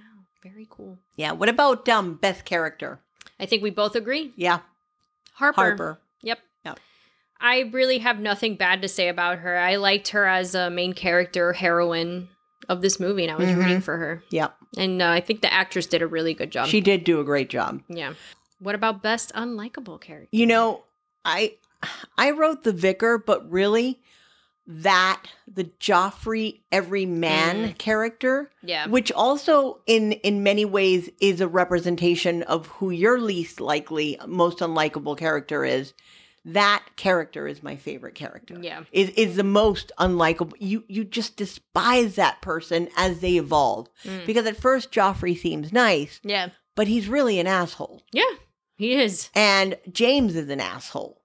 Very cool.
"Yeah." What about um best character?
I think we both agree.
Yeah,
Harper.
Harper.
Yep.
Yep.
I really have nothing bad to say about her. I liked her as a main character, heroine of this movie, and I was
Mhm.
rooting for her.
Yep,
And uh, I think the actress did a really good job.
she did do a great job.
yeah. What about best unlikable character?
You know, I I wrote the vicar, but really that the Joffrey everyman
Mm.
character
Yeah.
which also in in many ways is a representation of who your least likely most unlikable character is that character is my favorite character
Yeah.
is is the most unlikable you you just despise that person as they evolve
Mm.
because at first joffrey seems nice
Yeah.
but he's really an asshole
Yeah. He is.
and james is an asshole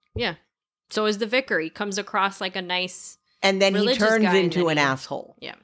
So is the vicar. He comes across like a nice.
and then he
Religious
turns
guy and
into
then
an
he-
asshole
Yeah. Mm.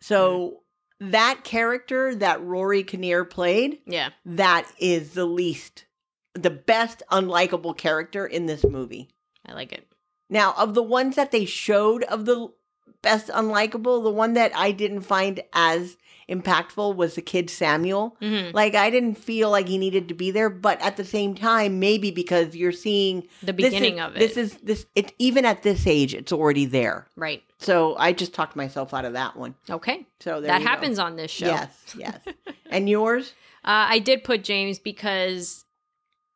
so that character that rory kinnear played
Yeah.
that is the least, the best unlikable character in this movie.
I like it.
Now, of the ones that they showed of the l- best unlikable, the one that I didn't find as impactful was the kid Samuel.
hmm
Like, I didn't feel like he needed to be there, but at the same time, maybe because you're seeing
The
this is-
beginning of it.
This is this, it, even at this age, it's already there.
right.
So I just talked myself out of that one.
Okay.
So there
that
you go.
happens on this show.
Yes, yes. and yours?
Uh, I did put James because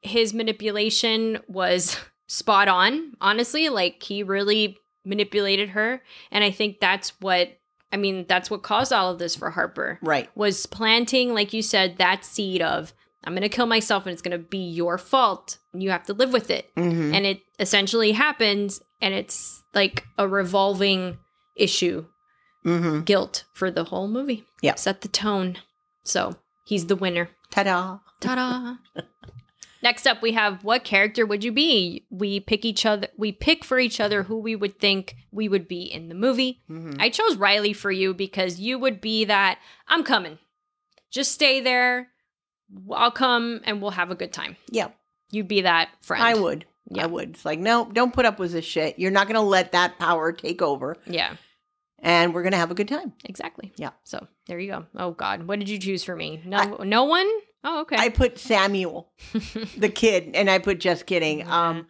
his manipulation was spot on, honestly. Like, he really manipulated her. And I think that's what, I mean, that's what caused all of this for Harper,
Right.
was planting, like you said, that seed of, I'm going to kill myself and it's going to be your fault. And you have to live with it.
Mm-hmm.
And it essentially happens. And it's like a revolving issue
mm-hmm.
guilt for the whole movie.
Yeah.
Set the tone. So he's the winner.
Ta da.
Ta da. Next up, we have what character would you be? We pick each other. We pick for each other who we would think we would be in the movie.
Mhm.
I chose Riley for you because you would be that I'm coming. Just stay there. I'll come and we'll have a good time.
Yeah.
You'd be that friend.
I would.
Yeah.
I would. It's like, no, don't put up with this shit. You're not going to let that power take over,
Yeah,
and we're going to have a good time.
exactly.
Yeah.
So there you go. Oh God, what did you choose for me? No, no one. Oh, okay.
I put Samuel, the kid, and I put just kidding.
Mm-hmm.
Um,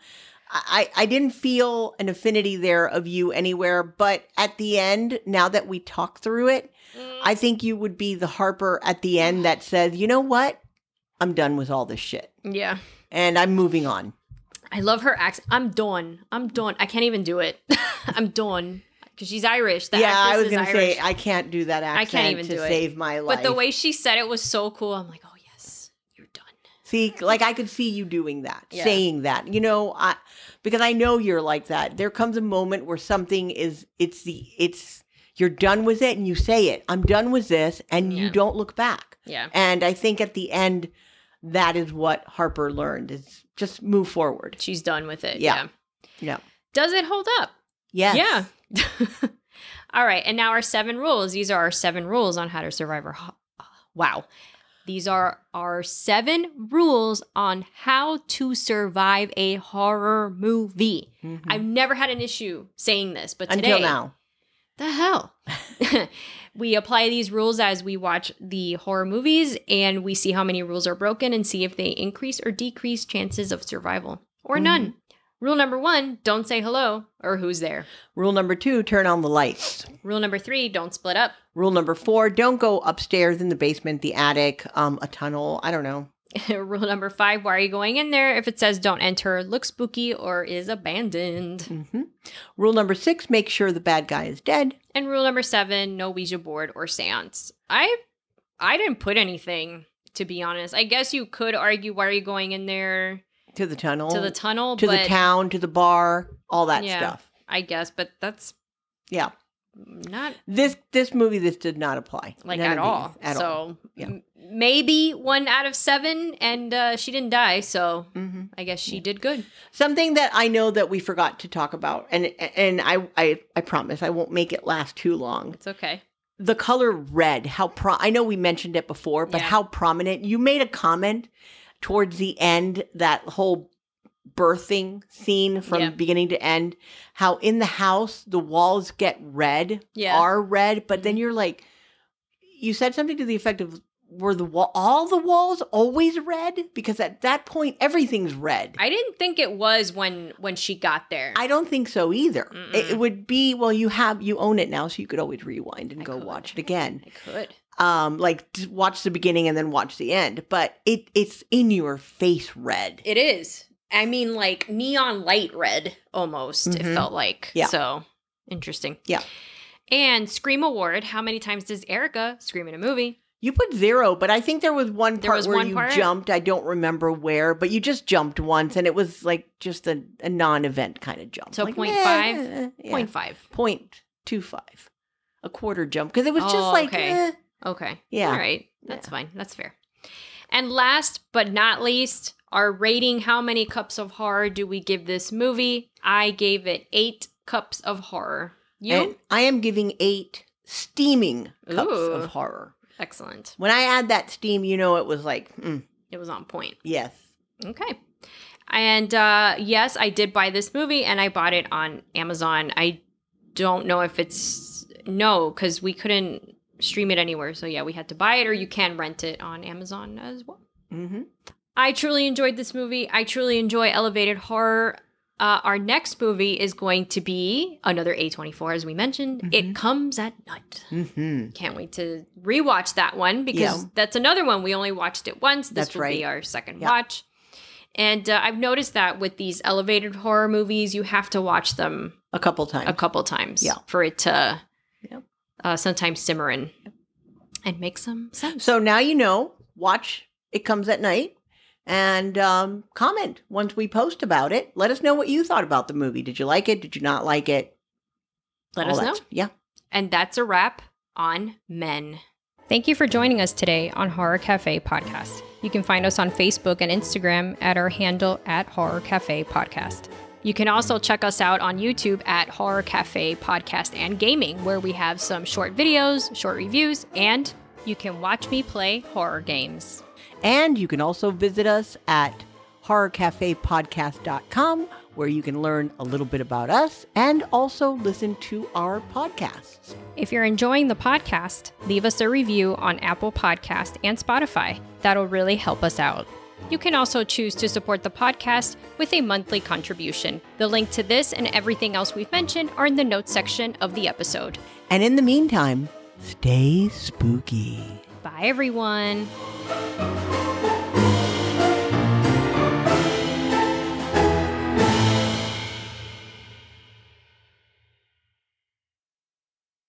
I, I didn't feel an affinity there of you anywhere, but at the end, now that we talk through it,
Mm,
I think you would be the Harper at the end that says, you know what? I'm done with all this shit
yeah.
and I'm moving on.
I love her accent. I'm done. I'm done. I can't even do it. I'm done because she's Irish. The
yeah, I
actress
was
is
going to
Irish.
say, I can't do that accent
can't even
to
do it.
save my life.
but the way she said it was so cool. I'm like, oh yes, you're done.
See, like I could see you doing that,
Yeah.
saying that. You know, I because I know you're like that. There comes a moment where something is it's the it's you're done with it and you say it. I'm done with this and
Yeah.
you don't look back.
Yeah,
And I think at the end that is what Harper learned is just move forward.
she's done with it.
Yeah. Yeah.
Does it hold up?
Yes.
Yeah. All right, and now our seven rules. These are our seven rules on how to survive our. ho- Wow. These are our seven rules on how to survive a horror movie.
Mhm.
I've never had an issue saying this, but Mm-hmm. today
Until now.
the hell? we apply these rules as we watch the horror movies and we see how many rules are broken and see if they increase or decrease chances of survival or
Mhm.
none. Rule number one don't say hello or who's there.
Rule number 2, turn on the lights.
Rule number three don't split up.
Rule number 4, don't go upstairs in the basement, the attic, um a tunnel, I don't know.
Rule number five why are you going in there if it says don't enter, looks spooky, or is abandoned?
hmm Rule number 6, make sure the bad guy is dead.
And rule number seven, no Ouija board or seance. I I didn't put anything, to be honest. I guess you could argue why are you going in there
to the tunnel
to the tunnel,
to
but
the town to the bar all that
Yeah.
stuff
I guess, but that's
yeah
not
this this movie this did not apply
like
None
at
of
all.
these at
so
all Yeah.
m- maybe one out of seven, and uh, she didn't die, so
Mhm.
I guess she did good.
something that i know that we forgot to talk about and and I, I i promise i won't make it last too long
It's okay.
the color red how pro i know we mentioned it before but
Yeah.
how prominent you made a comment towards the end that whole birthing scene from
Yeah.
beginning to end how in the house the walls get red
Yeah. Mm-hmm.
are red, but then you're like, you said something to the effect of, were the wall all the walls always red? Because at that point, everything's red. I,
I didn't think it was when when she got there.
don't think so either. It,
Mm-mm.
it would be well, you have you own it now, so you could always rewind and
I
go
could.
watch it again.
I could.
Um, like just watch the beginning and then watch the end, but it it's in your face red.
It is. I mean, like neon light red almost, it
Mhm.
felt like.
Yeah.
So interesting.
Yeah.
And Scream Award. How many times does Erica scream in a movie?
You put zero, but I think there was one part
There was
where
one
you
part?
jumped. I don't remember where, but you just jumped once, and it was like just a, a non-event kind of jump.
So
like,
point
eh,
five?
eh, eh,
Point five.
yeah. point two five, a quarter jump because it was
Oh,
just like
okay.
eh,
Okay.
Yeah.
All right. That's fine. That's fair. And last but not least, our rating how many cups of horror do we give this movie? I gave it eight cups of horror. You?
and I am giving eight steaming cups
Ooh.
of horror.
Excellent.
When I add that steam, you know it was like mm,
It was on point.
yes,
Okay. And uh, yes, I did buy this movie and I bought it on Amazon. I don't know if it's no, because we couldn't stream it anywhere. So yeah, we had to buy it or you can rent it on Amazon as well.
hmm
I truly enjoyed this movie. I truly enjoy elevated horror. Uh, our next movie is going to be another A24, as we mentioned. It comes at night.
hmm
Can't wait to rewatch that one because
Yeah.
that's another one. We only watched it once. This
That's
will be
right.
our second
Yeah.
watch. And uh, I've noticed that with these elevated horror movies, you have to watch them
a couple
a
times.
couple times
Yeah.
for it to
Yeah.
uh, sometimes simmer in and make some sense.
So now you know. Watch it comes at night, and um, comment once we post about it. Let us know what you thought about the movie. Did you like it? Did you not like it?
Let
All
us
that
know.
stuff. Yeah.
And that's a wrap on men. Thank you for joining us today on Horror Cafe Podcast. You can find us on Facebook and Instagram at our handle at Horror Cafe Podcast.
You can also check us out on YouTube at Horror Cafe Podcast and Gaming, where we have some short videos, short reviews, and
You can watch me play horror games.
And you can also visit us at horrorcafepodcast.com where you can learn a little bit about us and also listen to our podcasts.
If you're enjoying the podcast, leave us a review on Apple Podcast and Spotify. That'll really help us out. You can also choose to support the podcast with a monthly contribution. The link to this and everything else we've mentioned are in the notes section of the episode.
And in the meantime, stay spooky.
Bye, everyone.